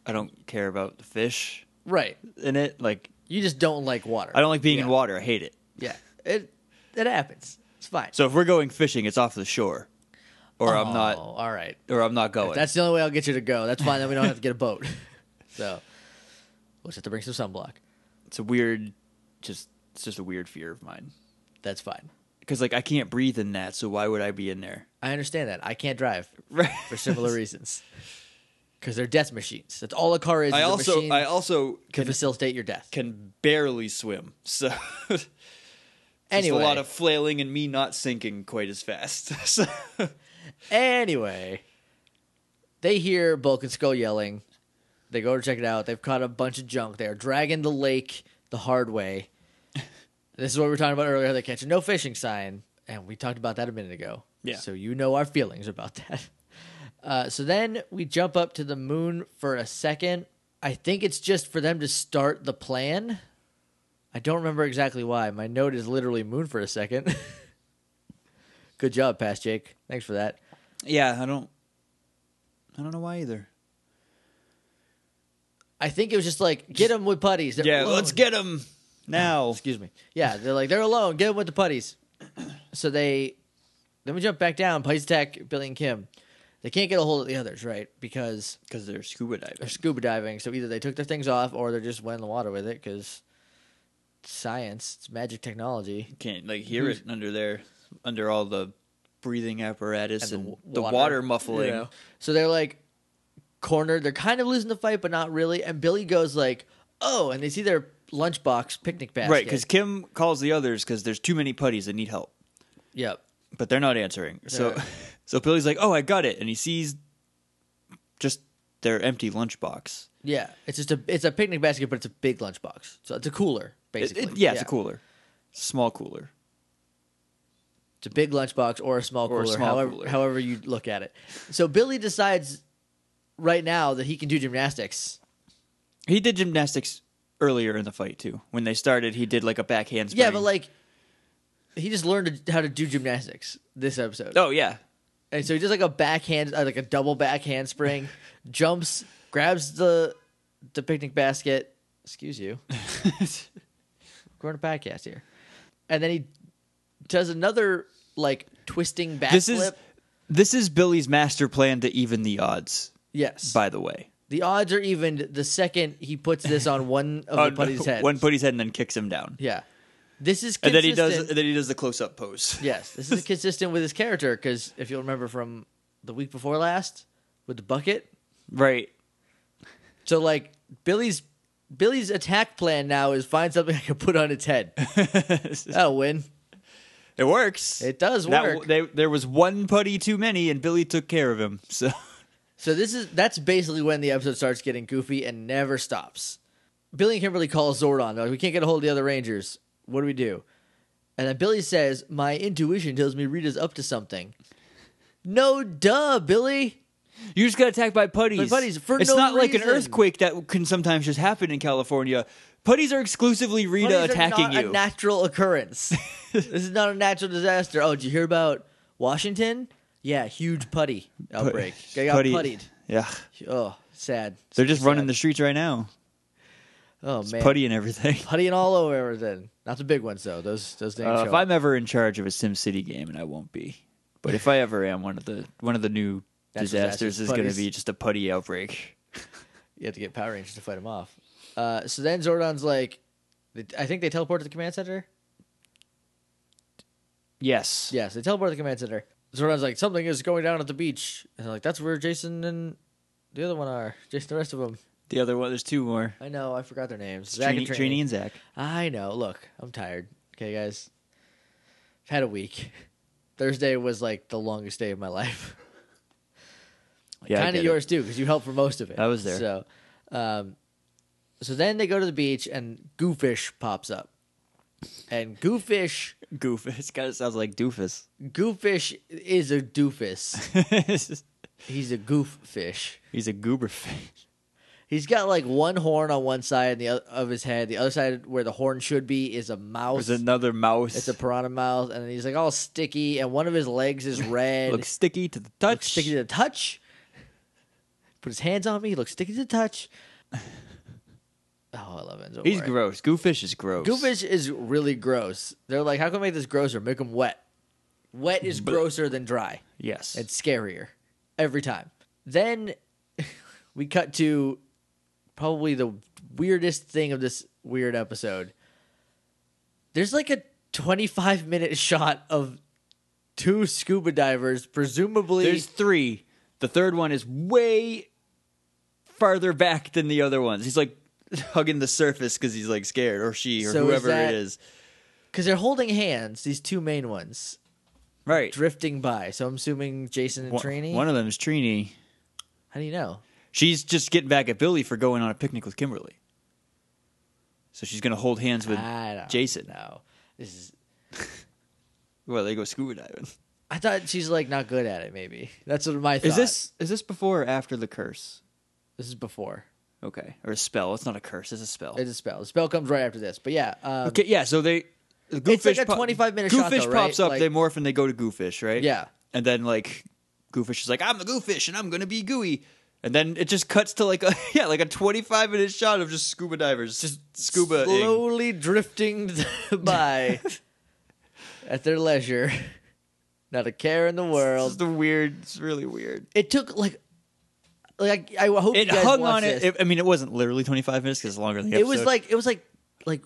S1: I don't care about the fish
S2: Right.
S1: in it. Like
S2: You just don't like water.
S1: I don't like being in
S2: Yeah.
S1: water. I hate it.
S2: Yeah. It it happens. It's fine.
S1: So if we're going fishing, it's off the shore, or
S2: Oh,
S1: I'm not,
S2: All right.
S1: or I'm not going.
S2: That's the only way I'll get you to go. That's fine. Then we don't have to get a boat. So we'll just have to bring some sunblock.
S1: it's a weird, just it's just a weird fear of mine.
S2: That's fine.
S1: Because like I can't breathe in that, so why would I be in there?
S2: I understand that. I can't drive
S1: Right.
S2: for similar reasons because they're death machines. That's all a car is.
S1: I
S2: is a
S1: also
S2: machine
S1: I also
S2: to
S1: can
S2: facilitate your death.
S1: can barely swim, so just
S2: anyway,
S1: a lot of flailing and me not sinking quite as fast. so,
S2: anyway, they hear Bulk and Skull yelling. They go to check it out. They've caught a bunch of junk. They are dragging the lake the hard way. this is what we were talking about earlier. They catch a no fishing sign, and we talked about that a minute ago.
S1: Yeah.
S2: So you know our feelings about that. Uh, so then we jump up to the moon for a second. I think it's just for them to start the plan. I don't remember exactly why. My note is literally moon for a second. Good job, Past Jake. Thanks for that.
S1: yeah, I don't I don't know why either.
S2: I think it was just like get them with putties. They're
S1: Yeah,
S2: alone.
S1: let's get him now.
S2: Excuse me. Yeah, they're like they're alone. Get them with the putties. So they then we jump back down. Putties attack Billy and Kim. They can't get a hold of the others, right? Because
S1: Because they're scuba
S2: they're
S1: diving.
S2: scuba diving. So either they took their things off or they're just went in the water with it. Because science, it's magic technology.
S1: Can't like hear it under there, under all the breathing apparatus and,
S2: and
S1: the, water, muffling.
S2: you know. So they're like cornered. They're kind of losing the fight, but not really. And Billy goes like, "Oh!" And they see their lunchbox picnic basket.
S1: Right, because Kim calls the others because there's too many putties that need help,
S2: yep,
S1: but they're not answering. So,
S2: Yeah.
S1: so Billy's like, "Oh, I got it," and he sees just their empty lunchbox.
S2: yeah, it's just a it's a picnic basket, but it's a big lunchbox. So it's a cooler,
S1: It-
S2: basically.
S1: it- yeah, it's a cooler, small cooler.
S2: It's a big lunchbox or a small
S1: Or a
S2: cooler,
S1: small
S2: however
S1: cooler.
S2: however you look at it. So Billy decides right now that he can do gymnastics.
S1: He did gymnastics earlier in the fight too. When they started, he did like a backhand. Spring.
S2: Yeah, but like he just learned how to do gymnastics this episode.
S1: oh yeah,
S2: And so he does like a backhand, uh, like a double back handspring, jumps, grabs the the picnic basket. Excuse you. We're on a podcast here. And then he does another like twisting backflip.
S1: this is this is Billy's master plan to even the odds.
S2: yes.
S1: By the way,
S2: the odds are evened the second he puts this on one of
S1: On
S2: the putty's heads.
S1: One Oh, putty's head and then kicks him down.
S2: Yeah. This is
S1: And then he
S2: consistent.
S1: does. And then he does the close up pose.
S2: Yes, this is consistent with his character because if you'll remember from the week before last with the bucket,
S1: Right.
S2: So like Billy's Billy's attack plan now is find something I can put on its head.
S1: it
S2: That'll win.
S1: works.
S2: It does
S1: That-
S2: work.
S1: they- there was one putty too many, and Billy took care of him. So
S2: So this is that's basically when the episode starts getting goofy and never stops. Billy and Kimberly call Zordon. They're like, we can't get a hold of the other Rangers. What do we do? And then Billy says, My intuition tells me Rita's up to something. No duh, Billy.
S1: you just got attacked by putties.
S2: By putties, for
S1: it's
S2: no
S1: not like an
S2: reason.
S1: earthquake that can sometimes just happen in California. Putties are exclusively Rita
S2: Putties are
S1: attacking
S2: not
S1: you.
S2: A natural occurrence. this is not a natural disaster. Oh, did you hear about Washington? Yeah, huge putty outbreak. They got
S1: Putty-
S2: puttied.
S1: Yeah,
S2: Oh, sad.
S1: they're just
S2: Sad.
S1: running the streets right now.
S2: oh
S1: It's
S2: man,
S1: putty and everything.
S2: puttying all over everything. Not the big ones though. Those those things.
S1: Uh, if
S2: show up.
S1: I'm ever in charge of a Sim City game, and I won't be, but if I ever am, one of the one of the new
S2: That's
S1: disasters
S2: disasters,
S1: is going to
S2: putties.
S1: be just a putty outbreak.
S2: You have to get Power Rangers to fight them off. Uh, so then Zordon's like, I think they teleport to the command center.
S1: Yes.
S2: Yes, they teleport to the command center. Zordon's like, something is going down at the beach, and they're like, that's where Jason and the other one are. Jason, the rest of them.
S1: The other one, there's two more.
S2: I know, I forgot their names. Zack
S1: Trini,
S2: and
S1: Trini and Zach.
S2: I know. Look, I'm tired. Okay, guys. I've had a week. Thursday was like the longest day of my life.
S1: Yeah, I
S2: kind
S1: get
S2: of
S1: it.
S2: yours too, because you helped for most of it.
S1: I was there.
S2: So, um, so then they go to the beach and Goofish pops up, and Goofish,
S1: Goofus. Kind of sounds like doofus.
S2: Goofish is a doofus. He's a goof fish.
S1: He's a goober fish.
S2: He's got like one horn on one side and the other, of his head. The other side where the horn should be is a mouse.
S1: There's another mouse.
S2: It's a piranha mouse, and he's like all sticky. And one of his legs is red.
S1: Looks sticky to the
S2: Looks
S1: touch.
S2: sticky to the touch. Put his hands on me. He looks sticky to the touch. Oh, I love Enzo.
S1: He's
S2: Amore.
S1: gross. Goofish is gross.
S2: Goofish is really gross. They're like, how can we make this grosser? Make them wet. Wet is grosser than dry.
S1: Yes.
S2: It's scarier every time. Then we cut to probably the weirdest thing of this weird episode. There's like a 25 minute shot of two scuba divers, presumably.
S1: There's three. The third one is way farther back than the other ones. He's like hugging the surface because he's like scared, or she, or
S2: So is
S1: whoever
S2: that-
S1: it is.
S2: Because they're holding hands, these two main ones,
S1: Right.
S2: drifting by. So I'm assuming Jason and
S1: One-
S2: Trini.
S1: One of them is Trini.
S2: How do you know?
S1: She's just getting back at Billy for going on a picnic with Kimberly. So she's gonna hold hands with
S2: I don't
S1: Jason.
S2: know. This is.
S1: Well, they go scuba diving.
S2: I thought she's like not good at it. Maybe that's what my thought.
S1: Is this is this before or after the curse?
S2: This is before.
S1: Okay, or a spell? It's not a curse. It's a spell.
S2: It's a spell. The spell comes right after this. But yeah, um,
S1: okay, yeah. So they. The
S2: It's like
S1: Goofish
S2: a 25-minute
S1: Goofish
S2: shot, though, right?
S1: pops up.
S2: Like-
S1: they morph and they go to Goofish, right?
S2: Yeah.
S1: And then like, Goofish is like, "I'm a Goofish and I'm gonna be gooey." And then it just cuts to like a yeah, like a 25 minute shot of just scuba divers, just scuba.
S2: slowly drifting by at their leisure, not a care in the
S1: It's
S2: world.
S1: the weird. It's really weird.
S2: It took like, like I hope
S1: It
S2: you guys
S1: hung on
S2: watch
S1: it. it.
S2: this.
S1: I mean, it wasn't literally 25 minutes because it's longer than the
S2: It was
S1: episode.
S2: like it was like like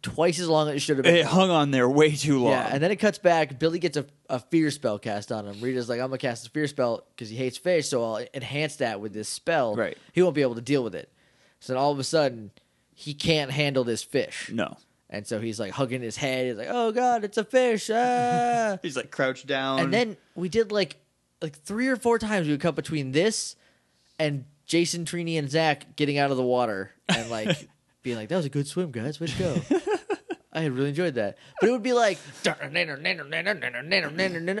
S2: twice as long as it should have been.
S1: it hung on there way too long.
S2: Yeah, and then it cuts back. Billy gets a, a fear spell cast on him. Rita's like, I'm gonna cast a fear spell because he hates fish, so I'll enhance that with this spell.
S1: Right.
S2: He won't be able to deal with it. So then all of a sudden, he can't handle this fish.
S1: no,
S2: And so he's like hugging his head. He's like, Oh god, it's a fish. Ah.
S1: he's like crouched down,
S2: and then we did like like three or four times we would cut between this and Jason, Trini, and Zach getting out of the water and like being like, That was a good swim, guys, way to go. I really enjoyed that. But it would be like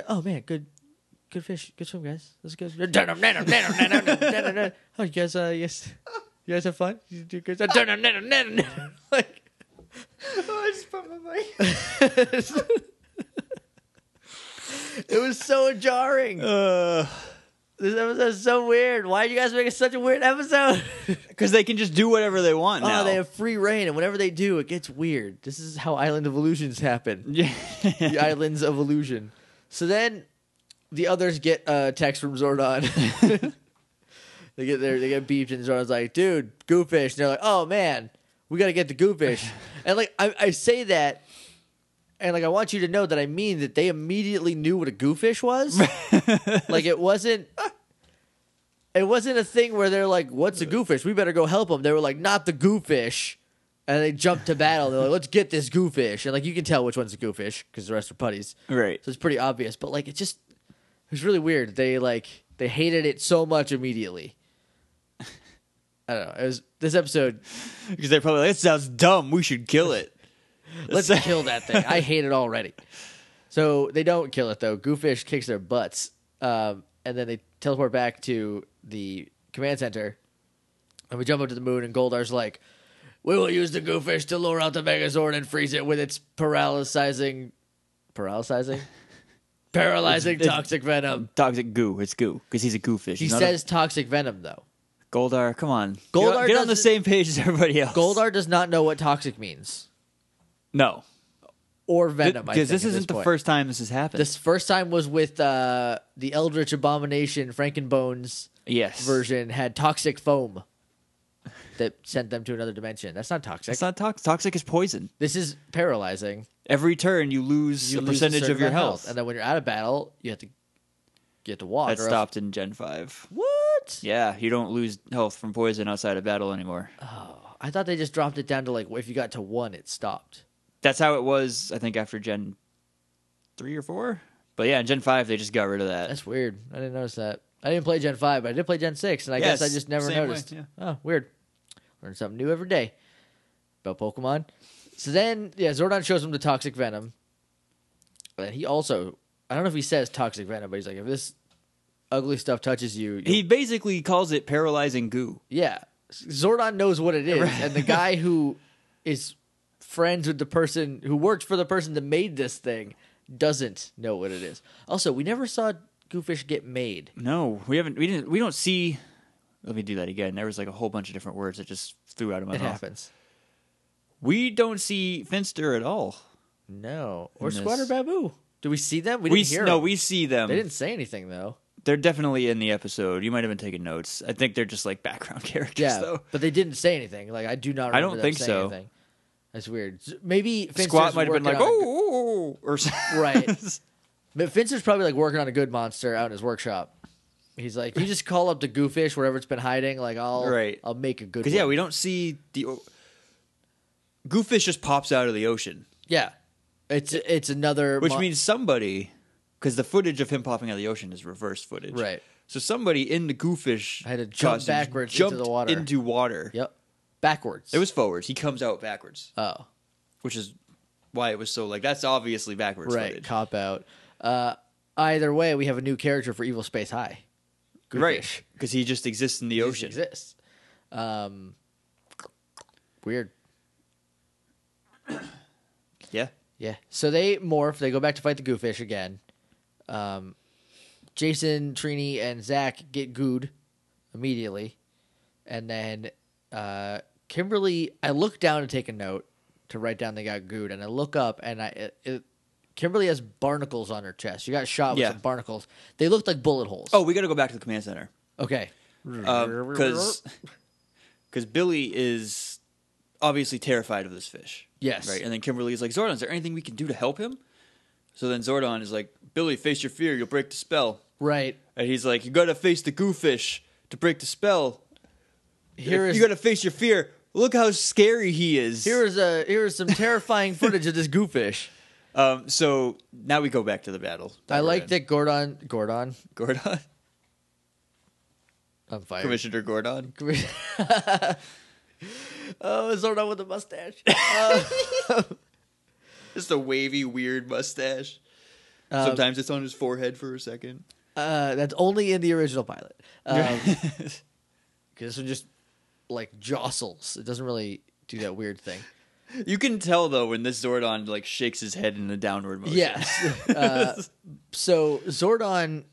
S2: Oh man, good good fish. Good swim, guys. That's good. Oh you guys uh yes you guys have fun? You do good like
S1: I just put my mic.
S2: it was so jarring.
S1: Because
S2: This episode is so weird. Why did you guys make it such a weird episode?
S1: they can just do whatever they want now.
S2: Oh, they have free reign, and whenever they do, it gets weird. This is how Island of Illusions happen.
S1: yeah.
S2: the Islands of Illusion. So then, the others get a text from Zordon. they get their, they get beeped, and Zordon's like, "Dude, Goofish." And they're like, "Oh man, we got to get the Goofish." and like, I, I say that, and like, I want you to know that I mean that they immediately knew what a Goofish was. like, it wasn't. It wasn't a thing where they're like, "What's a goofish? We better go help them." They were like, "Not the goofish," and they jumped to battle. They're like, "Let's get this goofish," and like you can tell which one's the goofish because the rest are putties,
S1: right.
S2: so it's pretty obvious. But like, it just it was really weird. They like they hated it so much immediately. I don't know. It was this episode.
S1: Because they're probably like, "This sounds dumb. We should kill it."
S2: Let's kill that thing. I hate it already. So they don't kill it though. Goofish kicks their butts, um, and then they teleport back to the command center, and we jump up to the moon. And Goldar's like, "We will use the Goofish to lure out the Megazord and freeze it with its paralyzing, paralyzing, paralyzing
S1: It's- it's-
S2: toxic venom."
S1: Toxic goo. It's goo. Because he's a goofish.
S2: He says toxic venom though.
S1: "Goldar, come on, Get on-
S2: Goldar
S1: get, on the
S2: doesn't-
S1: same page as everybody else."
S2: Goldar does not know what toxic means
S1: no,
S2: or venom. I
S1: because
S2: think,
S1: this
S2: at
S1: isn't the
S2: point.
S1: first time this has happened.
S2: This first time was with uh, the Eldritch Abomination Frankenbones
S1: yes,
S2: version had toxic foam that sent them to another dimension. That's not toxic.
S1: It's not toxic. Toxic is poison.
S2: this is paralyzing.
S1: Every turn, you lose a
S2: You lose a
S1: percentage
S2: certain
S1: of your
S2: amount
S1: health.
S2: and then when you're out of battle, you have to get to walk.
S1: That
S2: or else-
S1: stopped in Gen 5.
S2: What?
S1: Yeah, you don't lose health from poison outside of battle anymore.
S2: Oh, I thought they just dropped it down to like if you got to one, it stopped.
S1: That's how it was, I think, after Gen 3 or 4. But yeah, in Gen 5, they just got rid of that.
S2: That's weird. I didn't notice that. I didn't play Gen Five, but I did play Gen Six, and I
S1: Yes,
S2: guess I just never
S1: same way,
S2: noticed.
S1: yeah.
S2: Oh, weird. Learn something new every day about Pokemon. So then, yeah, Zordon shows him the toxic venom, and he also I don't know if he says toxic venom, but he's like, if this ugly stuff touches you, you'll-
S1: He basically calls it paralyzing goo.
S2: yeah, Zordon knows what it is, and the guy who is friends with the person who worked for the person that made this thing doesn't know what it is. Also, we never saw Goofish get made.
S1: No, we haven't. We didn't. We don't see. Let me do that again. There was like a whole bunch of different words that just flew out of my
S2: It
S1: mouth.
S2: happens.
S1: We don't see Finster at all.
S2: No, or
S1: In
S2: Squatter
S1: this-
S2: Babu. Do we see them? We
S1: We
S2: didn't
S1: s-
S2: hear.
S1: no,
S2: them.
S1: we um, see them.
S2: They didn't say anything though.
S1: They're definitely in the episode. You might have been taking notes. I think they're just like background characters,
S2: Yeah,
S1: though.
S2: but they didn't say anything. Like I do not. Remember
S1: I don't
S2: them
S1: think
S2: saying
S1: so.
S2: Anything. That's weird. Z- Maybe Finster's
S1: Squat might have been
S2: working
S1: like,
S2: on a
S1: oh, oh, oh,"
S2: good-
S1: or something.
S2: Right. but Finster's probably like working on a good monster out in his workshop. He's like, you just call up the goofish wherever it's been hiding. Like I'll,
S1: Right.
S2: I'll make a good.
S1: Because yeah,
S2: one."
S1: we don't see the Goofish just pops out of the ocean,
S2: yeah. It's it's another
S1: which
S2: mon-
S1: means somebody. Because the footage of him popping out of the ocean is reverse footage,
S2: Right.
S1: So somebody in the Goofish
S2: Had to jump
S1: costumes
S2: backwards into
S1: jumped
S2: the water.
S1: Into water.
S2: yep backwards.
S1: It was forwards. He comes out backwards,
S2: oh
S1: which is why it was so like that's obviously backwards
S2: right
S1: footage.
S2: cop out. Uh, either way, we have a new character for Evil Space High. Goofish.
S1: Right. Because he just exists in the
S2: doesn't
S1: ocean.
S2: exist. Um, weird.
S1: Yeah.
S2: Yeah. So they morph. They go back to fight the goofish again. Um, Jason, Trini, and Zach get gooed immediately, and then uh, Kimberly. I look down to take a note to write down they got gooed, and I look up and I. It, it, Kimberly has barnacles on her chest. She got shot with
S1: Yeah.
S2: some barnacles. They looked like bullet holes.
S1: Oh, we got to go back to the command center.
S2: okay.
S1: because because Um, Billy is obviously terrified of this fish.
S2: Yes.
S1: Right. And then Kimberly is like, Zordon, is there anything we can do to help him? So then Zordon is like, Billy, face your fear. You'll break the spell.
S2: Right.
S1: And he's like, you gotta face the goofish to break the spell.
S2: Here is
S1: you gotta face your fear. Look how scary he is.
S2: here is a here is some terrifying footage of this goofish.
S1: um, so now we go back to the battle.
S2: I like
S1: that.
S2: that Gordon. Gordon,
S1: we're in. Gordon,
S2: I'm fired.
S1: Commissioner Gordon.
S2: oh, Zordon with a mustache.
S1: Just a wavy, weird mustache.
S2: Um,
S1: Sometimes it's on his forehead for a second.
S2: uh, that's only in the original pilot. Because this one just like jostles. It doesn't really do that weird thing.
S1: You can tell though when this Zordon like shakes his head in a downward motion.
S2: Yes. Uh, so Zordon,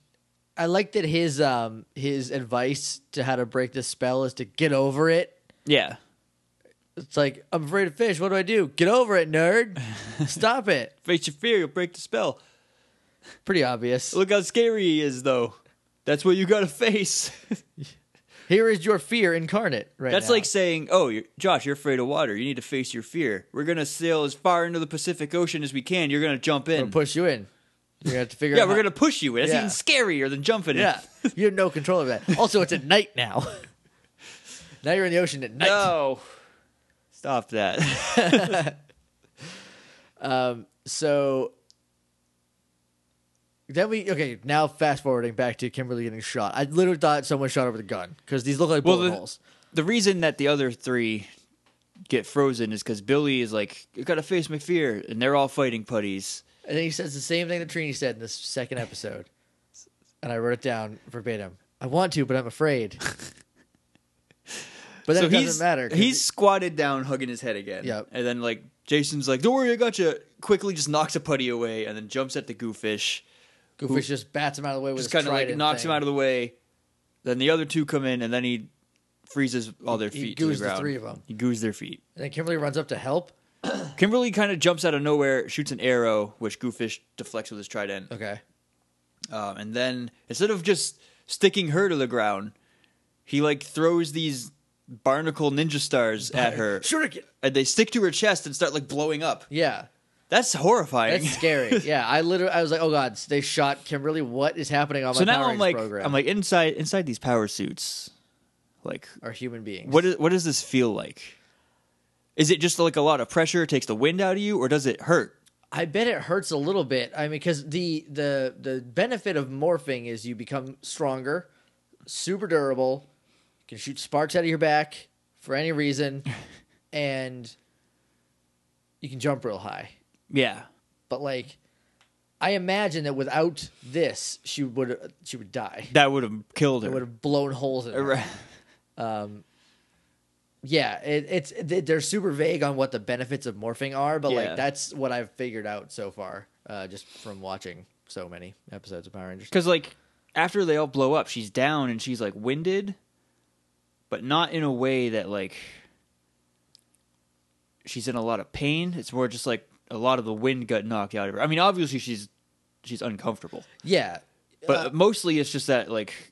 S2: I like that his um his advice to how to break this spell is to get over it.
S1: Yeah.
S2: It's like I'm afraid of fish. What do I do? Get over it, nerd. Stop it.
S1: Face your fear, you'll break the spell.
S2: Pretty obvious.
S1: Look how scary he is though. That's what you gotta face.
S2: Here is your fear incarnate. Right.
S1: That's
S2: now.
S1: like saying, "Oh, you're, Josh, you're afraid of water. You need to face your fear. We're gonna sail as far into the Pacific Ocean as we can. You're gonna jump
S2: We're
S1: in.
S2: gonna push you in. You're gonna have to figure
S1: yeah,
S2: out.
S1: we're
S2: how-
S1: gonna push you. That's
S2: Yeah.
S1: even scarier than jumping
S2: Yeah,
S1: in.
S2: you have no control of that. Also, it's at night now. now you're in the ocean at night.
S1: No, stop that.
S2: Um, so then we okay. Now fast forwarding back to Kimberly getting shot. I literally thought someone shot her with a gun because these look like
S1: Well,
S2: bullet
S1: the-
S2: holes.
S1: the reason that the other three get frozen is because Billy is like, "You gotta face my fear," and they're all fighting putties.
S2: And then he says the same thing that Trini said in this second episode, and I wrote it down verbatim. I want to, but I'm afraid. But that
S1: so
S2: doesn't
S1: he's,
S2: matter. 'cause
S1: He's squatted down, hugging his head again.
S2: Yep.
S1: And then like Jason's like, "Don't worry, I got you." Quickly just knocks a putty away, and then jumps at the goofish.
S2: Goofus just bats him out of the way with
S1: Just
S2: his
S1: kind of like
S2: trident
S1: knocks
S2: thing.
S1: him out of the way. Then the other two come in, and then he freezes all their
S2: He-
S1: feet.
S2: he
S1: to
S2: goos
S1: the,
S2: the
S1: ground.
S2: three of 'em.
S1: He goos their feet.
S2: And then Kimberly runs up to help.
S1: Kimberly kind of jumps out of nowhere, shoots an arrow, which Goofish deflects with his trident.
S2: Okay.
S1: Um, and then instead of just sticking her to the ground, he like throws these barnacle ninja stars at her,
S2: Shuriken.
S1: and they stick to her chest and start like blowing up.
S2: Yeah.
S1: That's horrifying.
S2: That's scary. yeah, I literally, I was like, oh god, they shot Kimberly. What is happening on my
S1: so now
S2: Power
S1: I'm
S2: Rangers
S1: like,
S2: program?
S1: I'm like inside inside these power suits. Like,
S2: are human beings.
S1: what is, what does this feel like? Is it just like a lot of pressure takes the wind out of you, or does it hurt?
S2: I bet it hurts a little bit. I mean, because the the the benefit of morphing is you become stronger, super durable, you can shoot sparks out of your back for any reason, and you can jump real high.
S1: Yeah,
S2: But like, I imagine that without this, she would she would die.
S1: That would have killed
S2: It would
S1: her.
S2: have blown holes in her.
S1: Right.
S2: Um, yeah, it, it's they- they're super vague on what the benefits of morphing are, but
S1: Yeah.
S2: like that's what I've figured out so far, uh, just from watching so many episodes of Power Rangers.
S1: Because like after they all blow up, she's down and she's like winded, but not in a way that like she's in a lot of pain. It's more just like a lot of the wind got knocked out of her. I mean, obviously she's she's uncomfortable,
S2: Yeah, Uh,
S1: but um, mostly it's just that like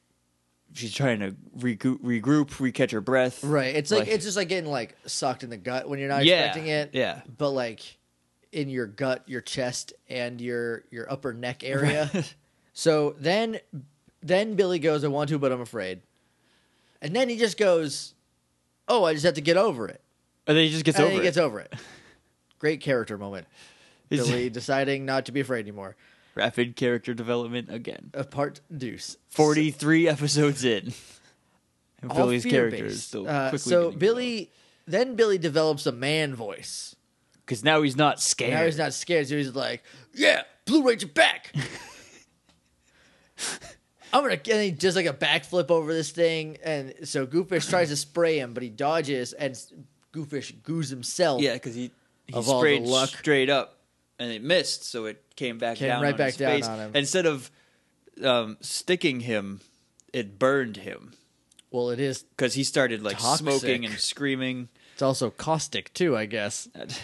S1: she's trying to regroup, regroup, recatch her breath.
S2: Right. It's like, it's just like getting like sucked in the gut when you're not
S1: Yeah,
S2: expecting it.
S1: yeah.
S2: But like in your gut, your chest, and your your upper neck area. so then then Billy goes, I want to, but I'm afraid. And then he just goes, Oh, I just have to get over it.
S1: and then he just gets
S2: and
S1: over
S2: then he
S1: it.
S2: gets over it. Great character moment.
S1: It's-
S2: Billy deciding not to be afraid anymore.
S1: Rapid character development again.
S2: A part deuce.
S1: Forty three episodes in. And
S2: All
S1: Billy's character
S2: fear-based.
S1: is still
S2: Uh,
S1: quickly
S2: so Billy then Billy develops a man voice.
S1: because now he's not scared.
S2: Now he's not scared, so he's like, "Yeah, Blue Ranger back." I'm gonna and he does like a backflip over this thing, and so Goofish tries to spray him, but he dodges, and s- Goofish goos himself.
S1: Yeah, because he he
S2: Of all the
S1: sprayed
S2: luck.
S1: straight up and it missed, so it came back
S2: Came
S1: down
S2: right
S1: on
S2: back
S1: his
S2: down
S1: face.
S2: on him.
S1: Instead of um, sticking him, it burned him
S2: Well, it is.
S1: because he started like
S2: Toxic.
S1: smoking and screaming,
S2: It's also caustic too, I guess.
S1: and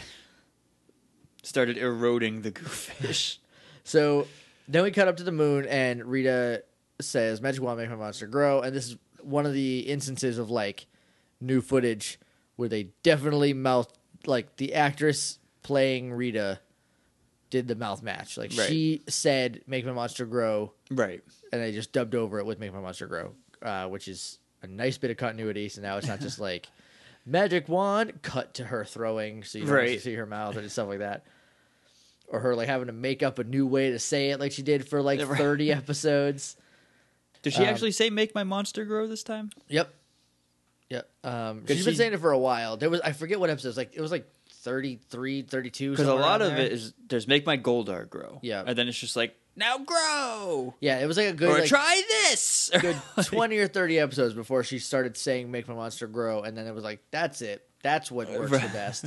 S1: started eroding the goofish.
S2: So then we cut up to the moon, and Rita says, "Magic wand make my monster grow." And this is one of the instances of like new footage where they definitely mouth like the actress playing Rita did the mouth match. Like
S1: Right.
S2: she said, "Make my monster grow,"
S1: right.
S2: and they just dubbed over it with "Make my monster grow," uh, which is a nice bit of continuity. So now it's not just like magic wand cut to her throwing, so you don't actually
S1: Right.
S2: see her mouth and stuff like that, or her like having to make up a new way to say it, like she did for like
S1: Right.
S2: thirty episodes.
S1: Did she actually say "make my monster grow" this time?
S2: Yep, yep. Um,
S1: 'Cause
S2: she's been
S1: she-
S2: saying it for a while. There was I forget what episodes. Like it was like 33, 32.
S1: Because a
S2: somewhere
S1: lot
S2: around
S1: of
S2: there.
S1: it is there's "make my Goldar grow,"
S2: Yeah.
S1: and then it's just like now grow
S2: Yeah, it was like a good
S1: or
S2: like,
S1: try this.
S2: good 20 or 30 episodes before she started saying make my monster grow and then it was like that's it that's what works the
S1: Uh, Right.
S2: best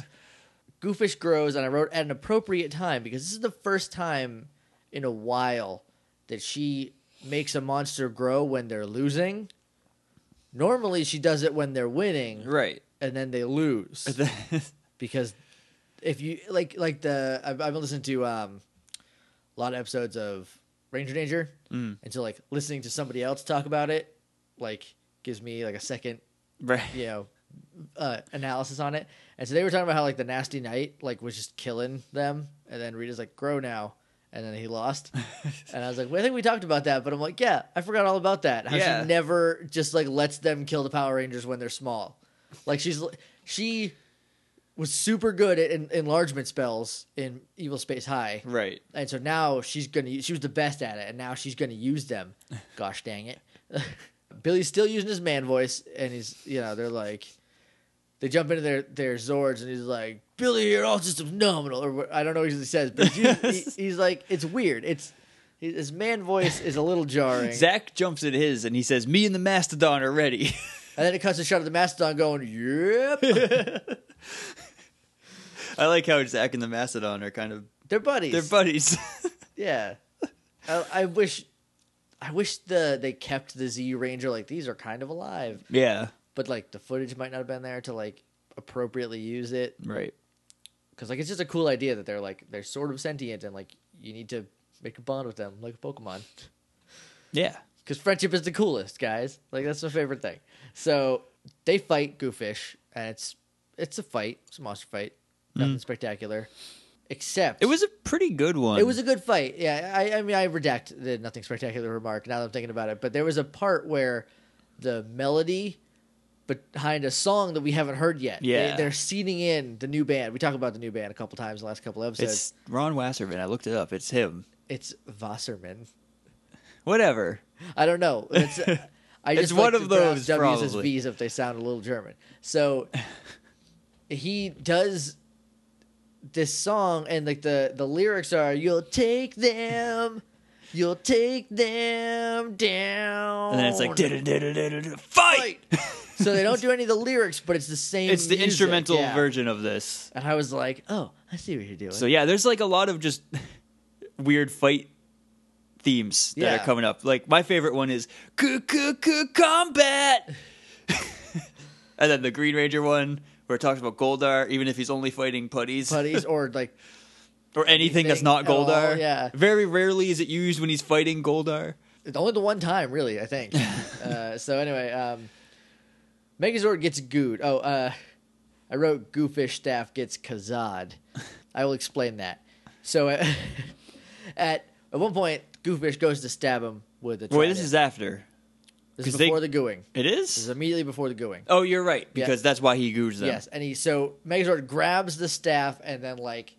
S2: goofish grows and i wrote at an appropriate time because this is the first time in a while that she makes a monster grow when they're losing normally she does it when they're winning
S1: right.
S2: and then they lose because if you like like the I've, I've been listening to um a lot of episodes of Ranger Danger,
S1: Mm.
S2: and so like listening to somebody else talk about it, like gives me like a second
S1: right.
S2: you know uh, analysis on it. And so they were talking about how like the Nasty Knight like was just killing them, and then Rita's like grow now. And then he lost, and I was like, "Well, I think we talked about that." But I'm like, "Yeah, I forgot all about that." How
S1: Yeah.
S2: she never just like lets them kill the Power Rangers when they're small. Like she's she was super good at en- enlargement spells in Evil Space High,
S1: Right.
S2: and so now she's gonna u- she was the best at it and now she's gonna use them gosh dang it billy's still using his man voice and he's you know they're like they jump into their their zords and he's like billy you're all just phenomenal or wha- i don't know what he says but he's, he's- he's like it's weird it's his man voice is a little jarring
S1: Zach jumps at his and he says, "Me and the mastodon are ready."
S2: and then it cuts to shot of the mastodon going yep
S1: I like how Zach and the mastodon are kind of
S2: they're buddies
S1: they're buddies.
S2: yeah I, I wish i wish the they kept the z ranger like these are kind of alive
S1: yeah,
S2: but like the footage might not have been there to like appropriately use it
S1: right.
S2: because like it's just a cool idea that they're like they're sort of sentient and like you need to make a bond with them like a pokemon
S1: Yeah,
S2: because friendship is the coolest guys like that's my favorite thing so they fight goofish and it's it's a fight it's a monster fight nothing spectacular except
S1: it was a pretty good one.
S2: it was a good fight. Yeah, I, I mean, I redact the nothing spectacular remark now that I'm thinking about it, but there was a part where the melody behind a song that we haven't heard yet.
S1: Yeah.
S2: they, are seeding in the new band. We talk about the new band a couple times in the last couple episodes.
S1: It's Ron Wasserman. I looked it up. It's him.
S2: It's, Wasserman.
S1: Whatever.
S2: I don't know. It's, uh, I
S1: It's
S2: just
S1: one
S2: like
S1: of
S2: to
S1: those,
S2: pronounce W's as
S1: probably.
S2: B's if they sound a little German. So he does this song and like the the lyrics are you'll take them you'll take them down
S1: and then it's like "Da-da-da-da-da-da-da, fight.
S2: so they don't do any of the lyrics but it's the same
S1: It's the
S2: music,
S1: instrumental
S2: yeah.
S1: version of this.
S2: and i was like oh i see what you're doing
S1: So yeah, there's like a lot of just weird fight themes that
S2: Yeah.
S1: are coming up. Like my favorite one is "Cuckoo Combat," and then the Green Ranger one where it talks about Goldar, even if he's only fighting putties,
S2: buddies or like
S1: or anything, that's
S2: anything
S1: not
S2: at all,
S1: Goldar.
S2: yeah.
S1: Very rarely is it used when he's fighting Goldar.
S2: It's only the one time, really, I think. uh, so anyway, um, Megazord gets gooed. Oh, uh, I wrote Goofish staff gets kazad. I will explain that. So uh, at at one point, Goofish goes to stab him with a.
S1: Boy, this
S2: trident.
S1: is after
S2: This is
S1: 'cause they-
S2: before the gooing.
S1: it
S2: This is
S1: is.
S2: immediately before the gooing.
S1: Oh, you're right
S2: Yeah.
S1: because that's why he goos them.
S2: Yes, and he so Megazord grabs the staff and then like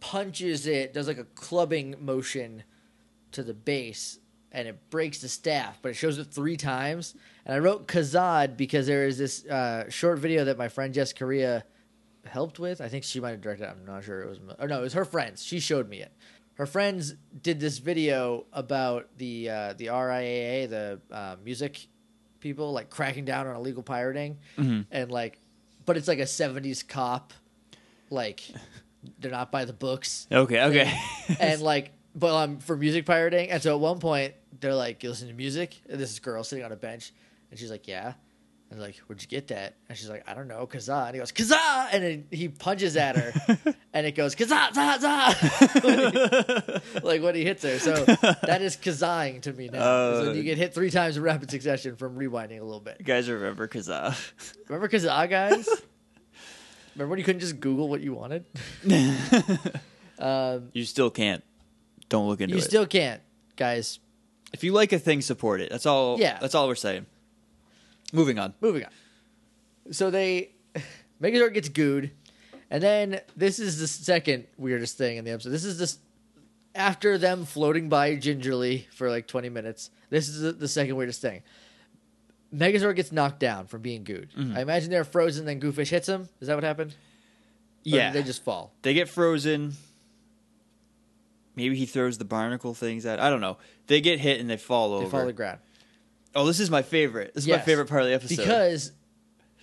S2: punches it, does like a clubbing motion to the base, and it breaks the staff. But it shows it three times. And I wrote Kazad because there is this uh, short video that my friend Jess Korea helped with. I think she might have directed. it. I'm not sure it was. Oh no, it was her friends. She showed me it. Her friends did this video about the uh, the RIAA, the uh, music people, like cracking down on illegal pirating, and like, but it's like a '70s cop, like they're not by the books
S1: Okay. Okay.
S2: and like but um for music pirating and so at one point they're like you listen to music and this is girl sitting on a bench and she's like yeah and they're like where'd you get that and she's like i don't know kazaa and he goes kazaa and then he punches at her and it goes kazaa za za like when he hits her so that is kazaaing to me now It's when
S1: Oh.
S2: you get hit three times in rapid succession from rewinding a little bit
S1: you guys remember Kazaa?
S2: remember kazaa guys remember when you couldn't just google what you wanted um
S1: You still can't. Don't look into
S2: you
S1: it.
S2: still can't guys
S1: If you like a thing, support it. That's all.
S2: Yeah.
S1: That's all we're saying. Moving on.
S2: moving on. So they Megazord gets gooed, and then this is the second weirdest thing in the episode. This is this after them floating by gingerly for like twenty minutes. This is the, the second weirdest thing. Megazord gets knocked down from being gooed.
S1: Mm-hmm.
S2: I imagine they're frozen. Then Goofish hits him. Is that what happened? Or did
S1: Yeah.
S2: they just fall.
S1: They get frozen. Maybe he throws the barnacle things at. I don't know. They get hit and they fall
S2: They
S1: over.
S2: fall to the ground
S1: oh, this is my favorite. This is my
S2: Yes.
S1: favorite part of the episode.
S2: because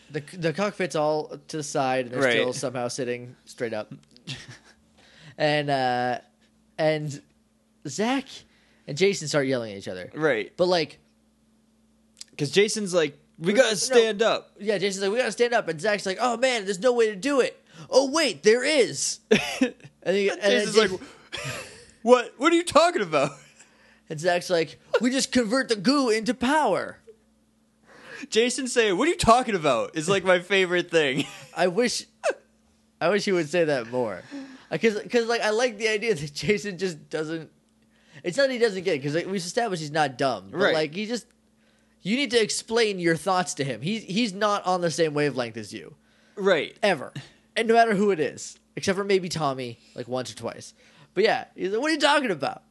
S2: the the cockpit's all to the side and they're
S1: Right.
S2: still somehow sitting straight up. and uh, and Zach and Jason start yelling at each other.
S1: right.
S2: But like,
S1: Because Jason's like, we
S2: No,
S1: gotta
S2: no.
S1: stand up.
S2: yeah, Jason's like, we gotta stand up, and Zach's like, oh man, there's no way to do it. Oh wait, there is. And, he, and,
S1: Jason's
S2: then
S1: like,
S2: Jason-
S1: what? What are you talking about?
S2: and Zach's like, we just convert the goo into power.
S1: Jason saying, what are you talking about? Is like my favorite thing.
S2: I wish, I wish he would say that more, because because like I like the idea that Jason just doesn't. It's not that he doesn't get it because like, we've established he's not dumb, but
S1: Right.
S2: like he just. You need to explain your thoughts to him. He's he's not on the same wavelength as you
S1: right.
S2: ever, and no matter who it is, except for maybe Tommy, like once or twice. But yeah, he's like, "What are you talking about?"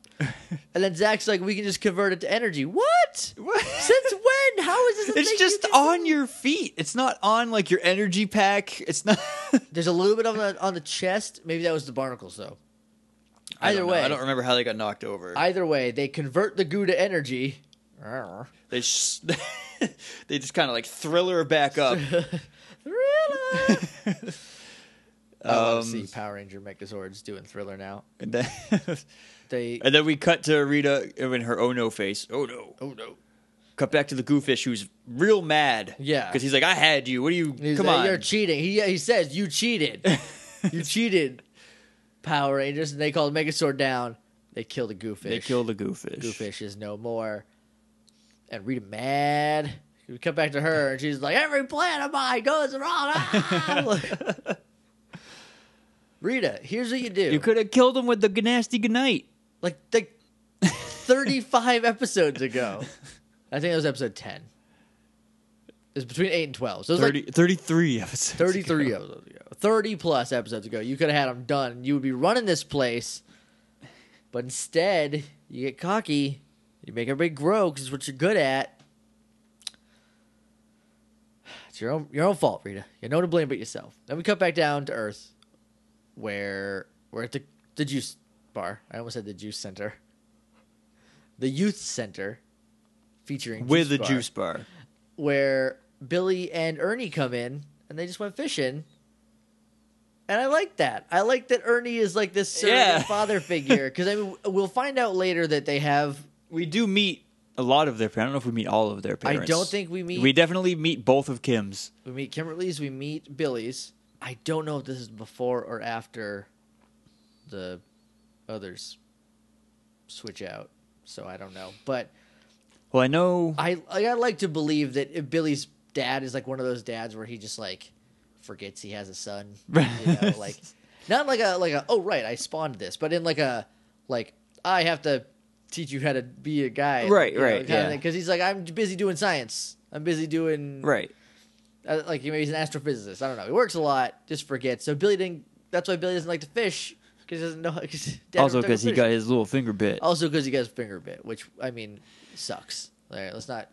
S2: and then Zach's like, "We can just convert it to energy." What?
S1: What?
S2: Since when? How is this? a thing
S1: It's
S2: you
S1: just
S2: can
S1: on
S2: do?
S1: your feet. It's not on like your energy pack. It's not.
S2: There's a little bit of it on the chest. Maybe that was the barnacles, though.
S1: I
S2: Either
S1: don't know.
S2: way,
S1: I don't remember how they got knocked over.
S2: either way, they convert the goo to energy. Thriller.
S1: They sh- they just kind of like thriller back up.
S2: I want
S1: Um,
S2: to see Oh, Power Ranger Megazords doing Thriller now.
S1: and, then,
S2: They
S1: and then we cut to Rita in her oh no face. Oh no.
S2: oh no,
S1: Cut back to the goofish who's real mad.
S2: Yeah.
S1: Because he's like, I had you. What are you?
S2: He's
S1: come
S2: like,
S1: on.
S2: you're cheating. He yeah, he says you cheated, you cheated. Power Rangers and they call the Megazord down. They kill the Goofish.
S1: they kill the goofish.
S2: Goofish is no more. And Rita mad. We come back to her and she's like, Every plan of mine goes wrong. Ah! Rita, here's what you do.
S1: You could have killed him with the nasty goodnight.
S2: like like 35 episodes ago. I think that was episode 10. It was between 8 and 12. So it was
S1: 30,
S2: like
S1: 33 episodes.
S2: 33
S1: ago.
S2: episodes ago. 30 plus episodes ago. You could have had them done. You would be running this place. But instead, you get cocky. You make everybody grow because it's what you're good at. It's your own, your own fault, Rita. You're no one to blame but yourself. Then we cut back down to Earth where we're at the the juice bar. I almost said the juice center. The youth center, featuring
S1: with a
S2: bar,
S1: juice bar.
S2: where Billy and Ernie come in and they just went fishing. And I like that. I like that Ernie is like this surrogate
S1: Yeah.
S2: father figure because I mean we'll find out later that they have
S1: We do meet a lot of their parents. I don't know if we meet all of their parents.
S2: don't think we meet-
S1: We definitely meet both of Kim's.
S2: We meet Kimberly's. We meet Billy's. I don't know if this is before or after the others switch out, so I don't know. But
S1: Well, I know.
S2: I I I like to believe that if Billy's dad is like one of those dads where he just like forgets he has a son, you know, like not like a like a oh right I spawned this, but in like a like I have to teach you how to be a guy,
S1: Right, right, yeah.
S2: Because he's like I'm busy doing science, I'm busy doing
S1: right.
S2: uh, like maybe he's an astrophysicist. I don't know. He works a lot, just forgets. So Billy didn't. That's why Billy doesn't like to fish because he doesn't know. How, cause dad never
S1: Also
S2: took him
S1: because he
S2: fishing.
S1: got his little finger bit.
S2: Also because he got his finger bit, which I mean sucks. All right, let's not.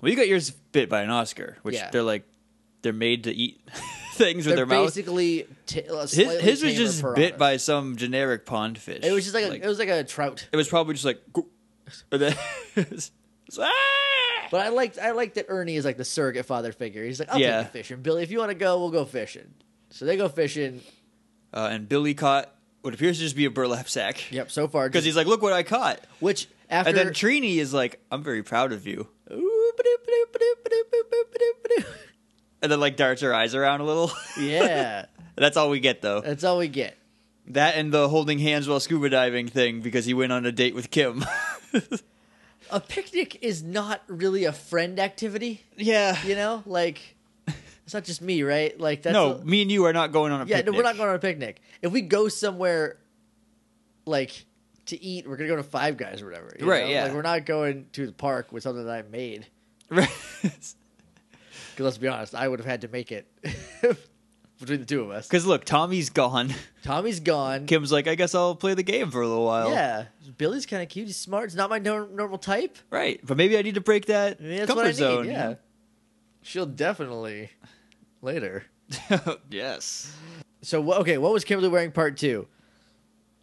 S1: Well, you got yours bit by an Oscar, which
S2: Yeah.
S1: they're like, they're made to eat things with
S2: They're
S1: their mouth.
S2: basically t- uh,
S1: His,
S2: slightly
S1: his was
S2: tamer
S1: just
S2: piranhas.
S1: bit by some generic pond fish.
S2: It was just like, a, it was like a trout.
S1: it was probably just like. "Goo." And then- it's- ah!
S2: But I liked I liked that Ernie is like the surrogate father figure. He's like, I'll
S1: Yeah.
S2: take you fishing, Billy. If you want to go, we'll go fishing. So they go fishing.
S1: Uh, and Billy caught what appears to just be a burlap sack.
S2: Yep. So far,
S1: Because he's like, look what I caught.
S2: which after
S1: and then Trini is like, I'm very proud of you. And then like darts her eyes around a little.
S2: yeah,
S1: That's all we get though.
S2: that's all we get.
S1: That and the holding hands while scuba diving thing because he went on a date with Kim.
S2: a picnic is not really a friend activity,
S1: yeah.
S2: you know? Like it's not just me, right? Like that's
S1: no,
S2: a-
S1: me and you are not going on a
S2: yeah,
S1: picnic.
S2: no, we're not going on a picnic. If we go somewhere like to eat, we're gonna go to Five Guys or whatever. you
S1: Right,
S2: know?
S1: yeah.
S2: Like we're not going to the park with something that I made. Because let's be honest, I would have had to make it between the two of us.
S1: Because look, Tommy's gone.
S2: Tommy's gone.
S1: Kim's like, I guess I'll play the game for a little while.
S2: yeah, Billy's kind of cute. He's smart. He's not my nor- normal type.
S1: Right. But maybe I need to break that
S2: I mean, that's
S1: comfort
S2: what I need.
S1: zone.
S2: Yeah, she'll definitely later.
S1: yes.
S2: So wh- okay, what was Kimberly wearing part two?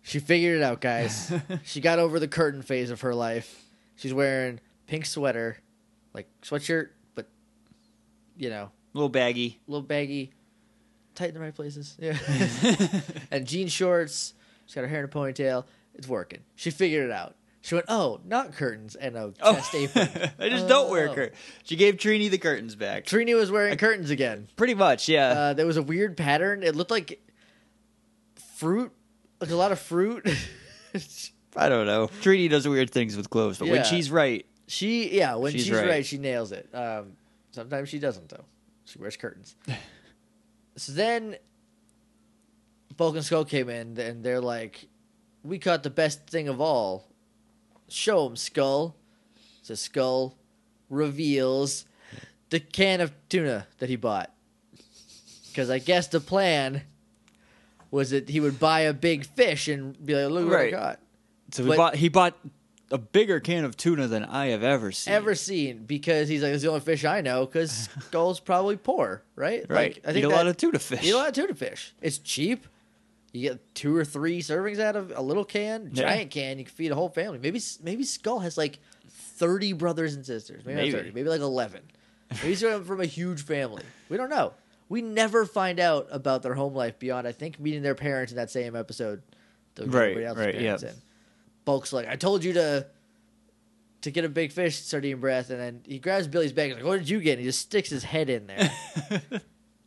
S2: She figured it out, guys. she got over the curtain phase of her life. She's wearing pink sweater, like sweatshirt, but you know,
S1: A little baggy.
S2: a little baggy, tight in the right places. Yeah, and jean shorts. She's got her hair in a ponytail. It's working. She figured it out. She went, oh, not curtains and a
S1: Oh.
S2: chest apron.
S1: I just don't wear
S2: Oh.
S1: curtains. She gave Trini the curtains back.
S2: Trini was wearing curtains again.
S1: Pretty much, yeah.
S2: uh, there was a weird pattern. It looked like fruit, like a lot of fruit.
S1: I don't know. Trini does weird things with clothes, but
S2: Yeah.
S1: when she's right,
S2: she, yeah, when she's,
S1: She's
S2: right.
S1: right.
S2: she nails it. Um, sometimes she doesn't though. She wears curtains. so then, Bulk and Skull came in, and they're like, "We caught the best thing of all. Show him, Skull." So Skull reveals the can of tuna that he bought. Because I guess the plan was that he would buy a big fish and be like, look what I
S1: Right.
S2: got.
S1: so he
S2: But-
S1: bought he bought a bigger can of tuna than I have ever seen.
S2: Ever seen. Because he's like, it's the only fish I know because Skull's probably poor, right?
S1: right?
S2: Like, I think
S1: eat a lot of tuna fish.
S2: eat a lot of tuna fish. It's cheap. You get two or three servings out of a little can,
S1: Yeah.
S2: giant can. You can feed a whole family. Maybe maybe Skull has like thirty brothers and sisters. Maybe,
S1: Maybe.
S2: Not thirty. Maybe like eleven. Maybe he's from from a huge family. We don't know. We never find out about their home life beyond I think meeting their parents in that same episode. That we got
S1: Right,
S2: everybody else's
S1: right,
S2: parents
S1: yeah.
S2: in. Bulk's like, I told you to to get a big fish, sardine breath, and then he grabs Billy's bag. He's like, What did you get? And he just sticks his head in there.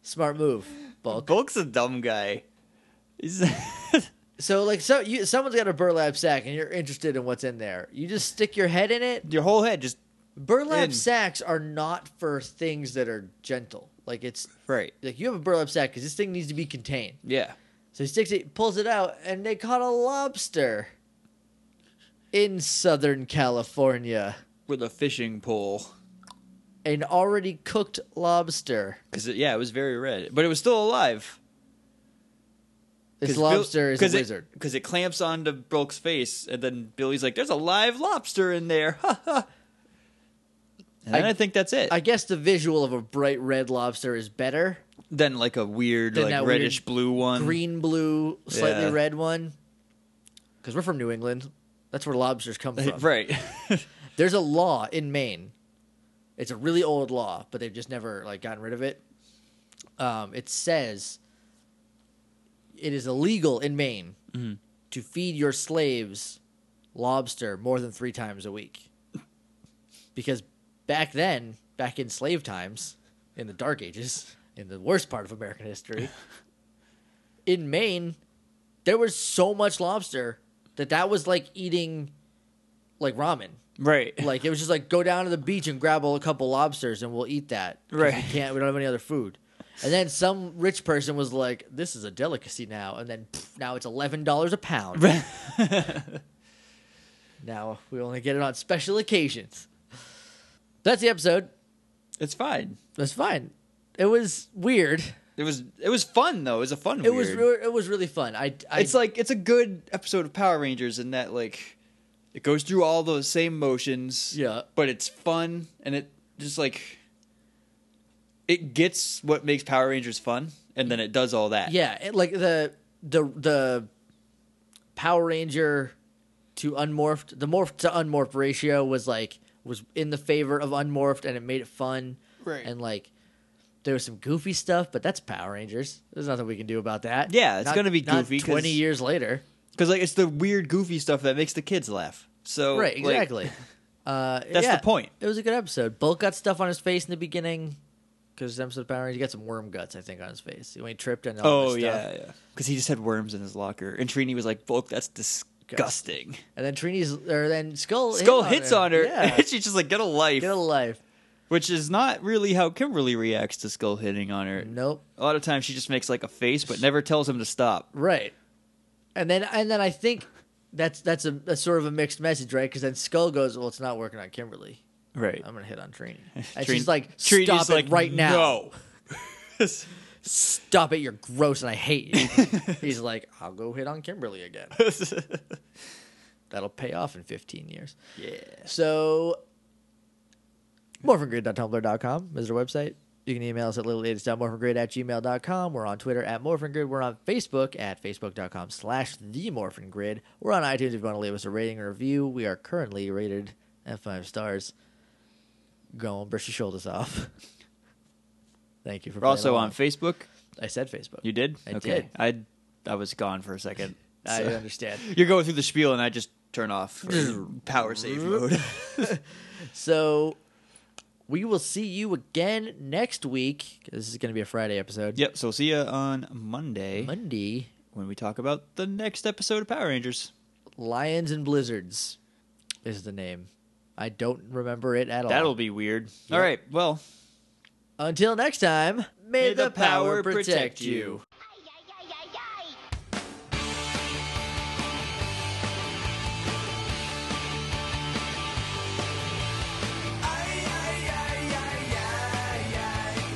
S2: Smart move, Bulk.
S1: Bulk's a dumb guy. He's
S2: So like so you someone's got a burlap sack and you're interested in what's in there. You just stick your head in it.
S1: your whole head just
S2: Burlap
S1: In.
S2: sacks are not for things that are gentle. Like it's
S1: right.
S2: like you have a burlap sack because this thing needs to be contained.
S1: Yeah,
S2: So he sticks it, pulls it out, and they caught a lobster in Southern California.
S1: with a fishing pole.
S2: An already cooked lobster.
S1: Because yeah, it was very red, but it was still alive.
S2: This lobster is a wizard.
S1: because it clamps onto Bulk's face, and then Billy's like, "There's a live lobster in there." Ha ha. And
S2: I-
S1: then I think that's it.
S2: I guess the visual of a bright red lobster is better,
S1: Then like a weird,
S2: Then that
S1: like
S2: weird
S1: reddish blue one.
S2: green, blue,
S1: Um,
S2: slightly
S1: Yeah.
S2: red one. Because we're from New England, that's where lobsters come from.
S1: right.
S2: There's a law in Maine. It's a really old law, but they've just never like gotten rid of it. Um, it says it is illegal in Maine to feed your slaves lobster more than three times a week, because back then, back in slave times, in the Dark Ages, in the worst part of American history, in Maine, there was so much lobster that that was like eating like ramen.
S1: right.
S2: Like it was just like go down to the beach and grab a couple lobsters and we'll eat that. 'Cause
S1: Right.
S2: We can't. We don't have any other food. And then some rich person was like, "This is a delicacy now." And then pff, now it's eleven dollars a pound. now we only get it on special occasions. That's the episode.
S1: it's fine.
S2: That's fine. It was weird.
S1: It was it was fun though. It was a fun.
S2: It was
S1: weird-
S2: re- it was really fun. I, I
S1: it's like it's a good episode of Power Rangers in that like it goes through all those same motions.
S2: Yeah.
S1: But it's fun and it just like it gets what makes Power Rangers fun and then it does all that.
S2: Yeah, it, like the the the Power Ranger to unmorphed, the morphed to unmorphed ratio was like was in the favor of unmorphed, and it made it fun.
S1: Right.
S2: And like there was some goofy stuff, but that's Power Rangers. There's nothing we can do about that.
S1: Yeah, it's gonna be
S2: not
S1: goofy 'cause-
S2: Twenty years later,
S1: Cuz like it's the weird goofy stuff that makes the kids laugh. So
S2: right?
S1: Oh, like,
S2: Exactly. uh,
S1: That's the
S2: yeah,
S1: point.
S2: It was a good episode. Bulk got stuff on his face in the beginning because episode of Power Rangers he got some worm guts, I think, on his face when he tripped and all
S1: Oh
S2: this stuff.
S1: yeah, yeah. Cuz he just had worms in his locker and Trini was like, "Volk, that's disgusting."
S2: And then Trini's, or then Skull hit
S1: Skull hits on her
S2: Yeah.
S1: and she's just like, "Get a life."
S2: Get a life.
S1: Which is not really how Kimberly reacts to Skull hitting on her.
S2: Nope.
S1: A lot of times she just makes like a face, but never tells him to stop.
S2: Right. And then and then I think that's that's a, a sort of a mixed message, right? Because then Skull goes, "Well, it's not working on Kimberly.
S1: Right.
S2: I'm gonna hit on Trini." And
S1: Trin-
S2: she's like,
S1: Trini's
S2: "Stop it
S1: like,
S2: right now!
S1: No.
S2: Stop it! You're gross, and I hate you." He's like, "I'll go hit on Kimberly again. That'll pay off in 15 years."
S1: yeah.
S2: So, morphingrid.tumblr.com is our website. You can email us at littlelatest.morphingrid at gmail.com. We're on Twitter at morphingrid. We're on Facebook at facebook.com slash the morphingrid. We're on iTunes if you want to leave us a rating or review. We are currently rated at five stars. Go on, brush your shoulders off. Thank you for
S1: We're also
S2: playing
S1: on
S2: along.
S1: Facebook.
S2: I said Facebook.
S1: You did?
S2: I
S1: okay.
S2: did.
S1: I I was gone for a second.
S2: I
S1: So-
S2: understand.
S1: You're going through the spiel and I just turn off for power save mode.
S2: So we will see you again next week. 'cause This is going to be a Friday episode.
S1: yep, so see ya on Monday
S2: Monday.
S1: when we talk about the next episode of Power Rangers.
S2: Lions and Blizzards is the name. I don't remember it at all.
S1: That'll be weird. All right. Well,
S2: Until next time, may, the, power, protect, you.
S3: ay, ay, ay, ay, ay.
S1: you
S2: Don't don't laugh
S1: like
S2: at me.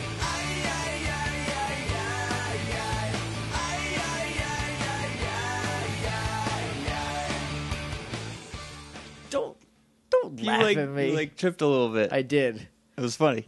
S1: you, like tripped a little bit.
S2: I did.
S1: it was funny.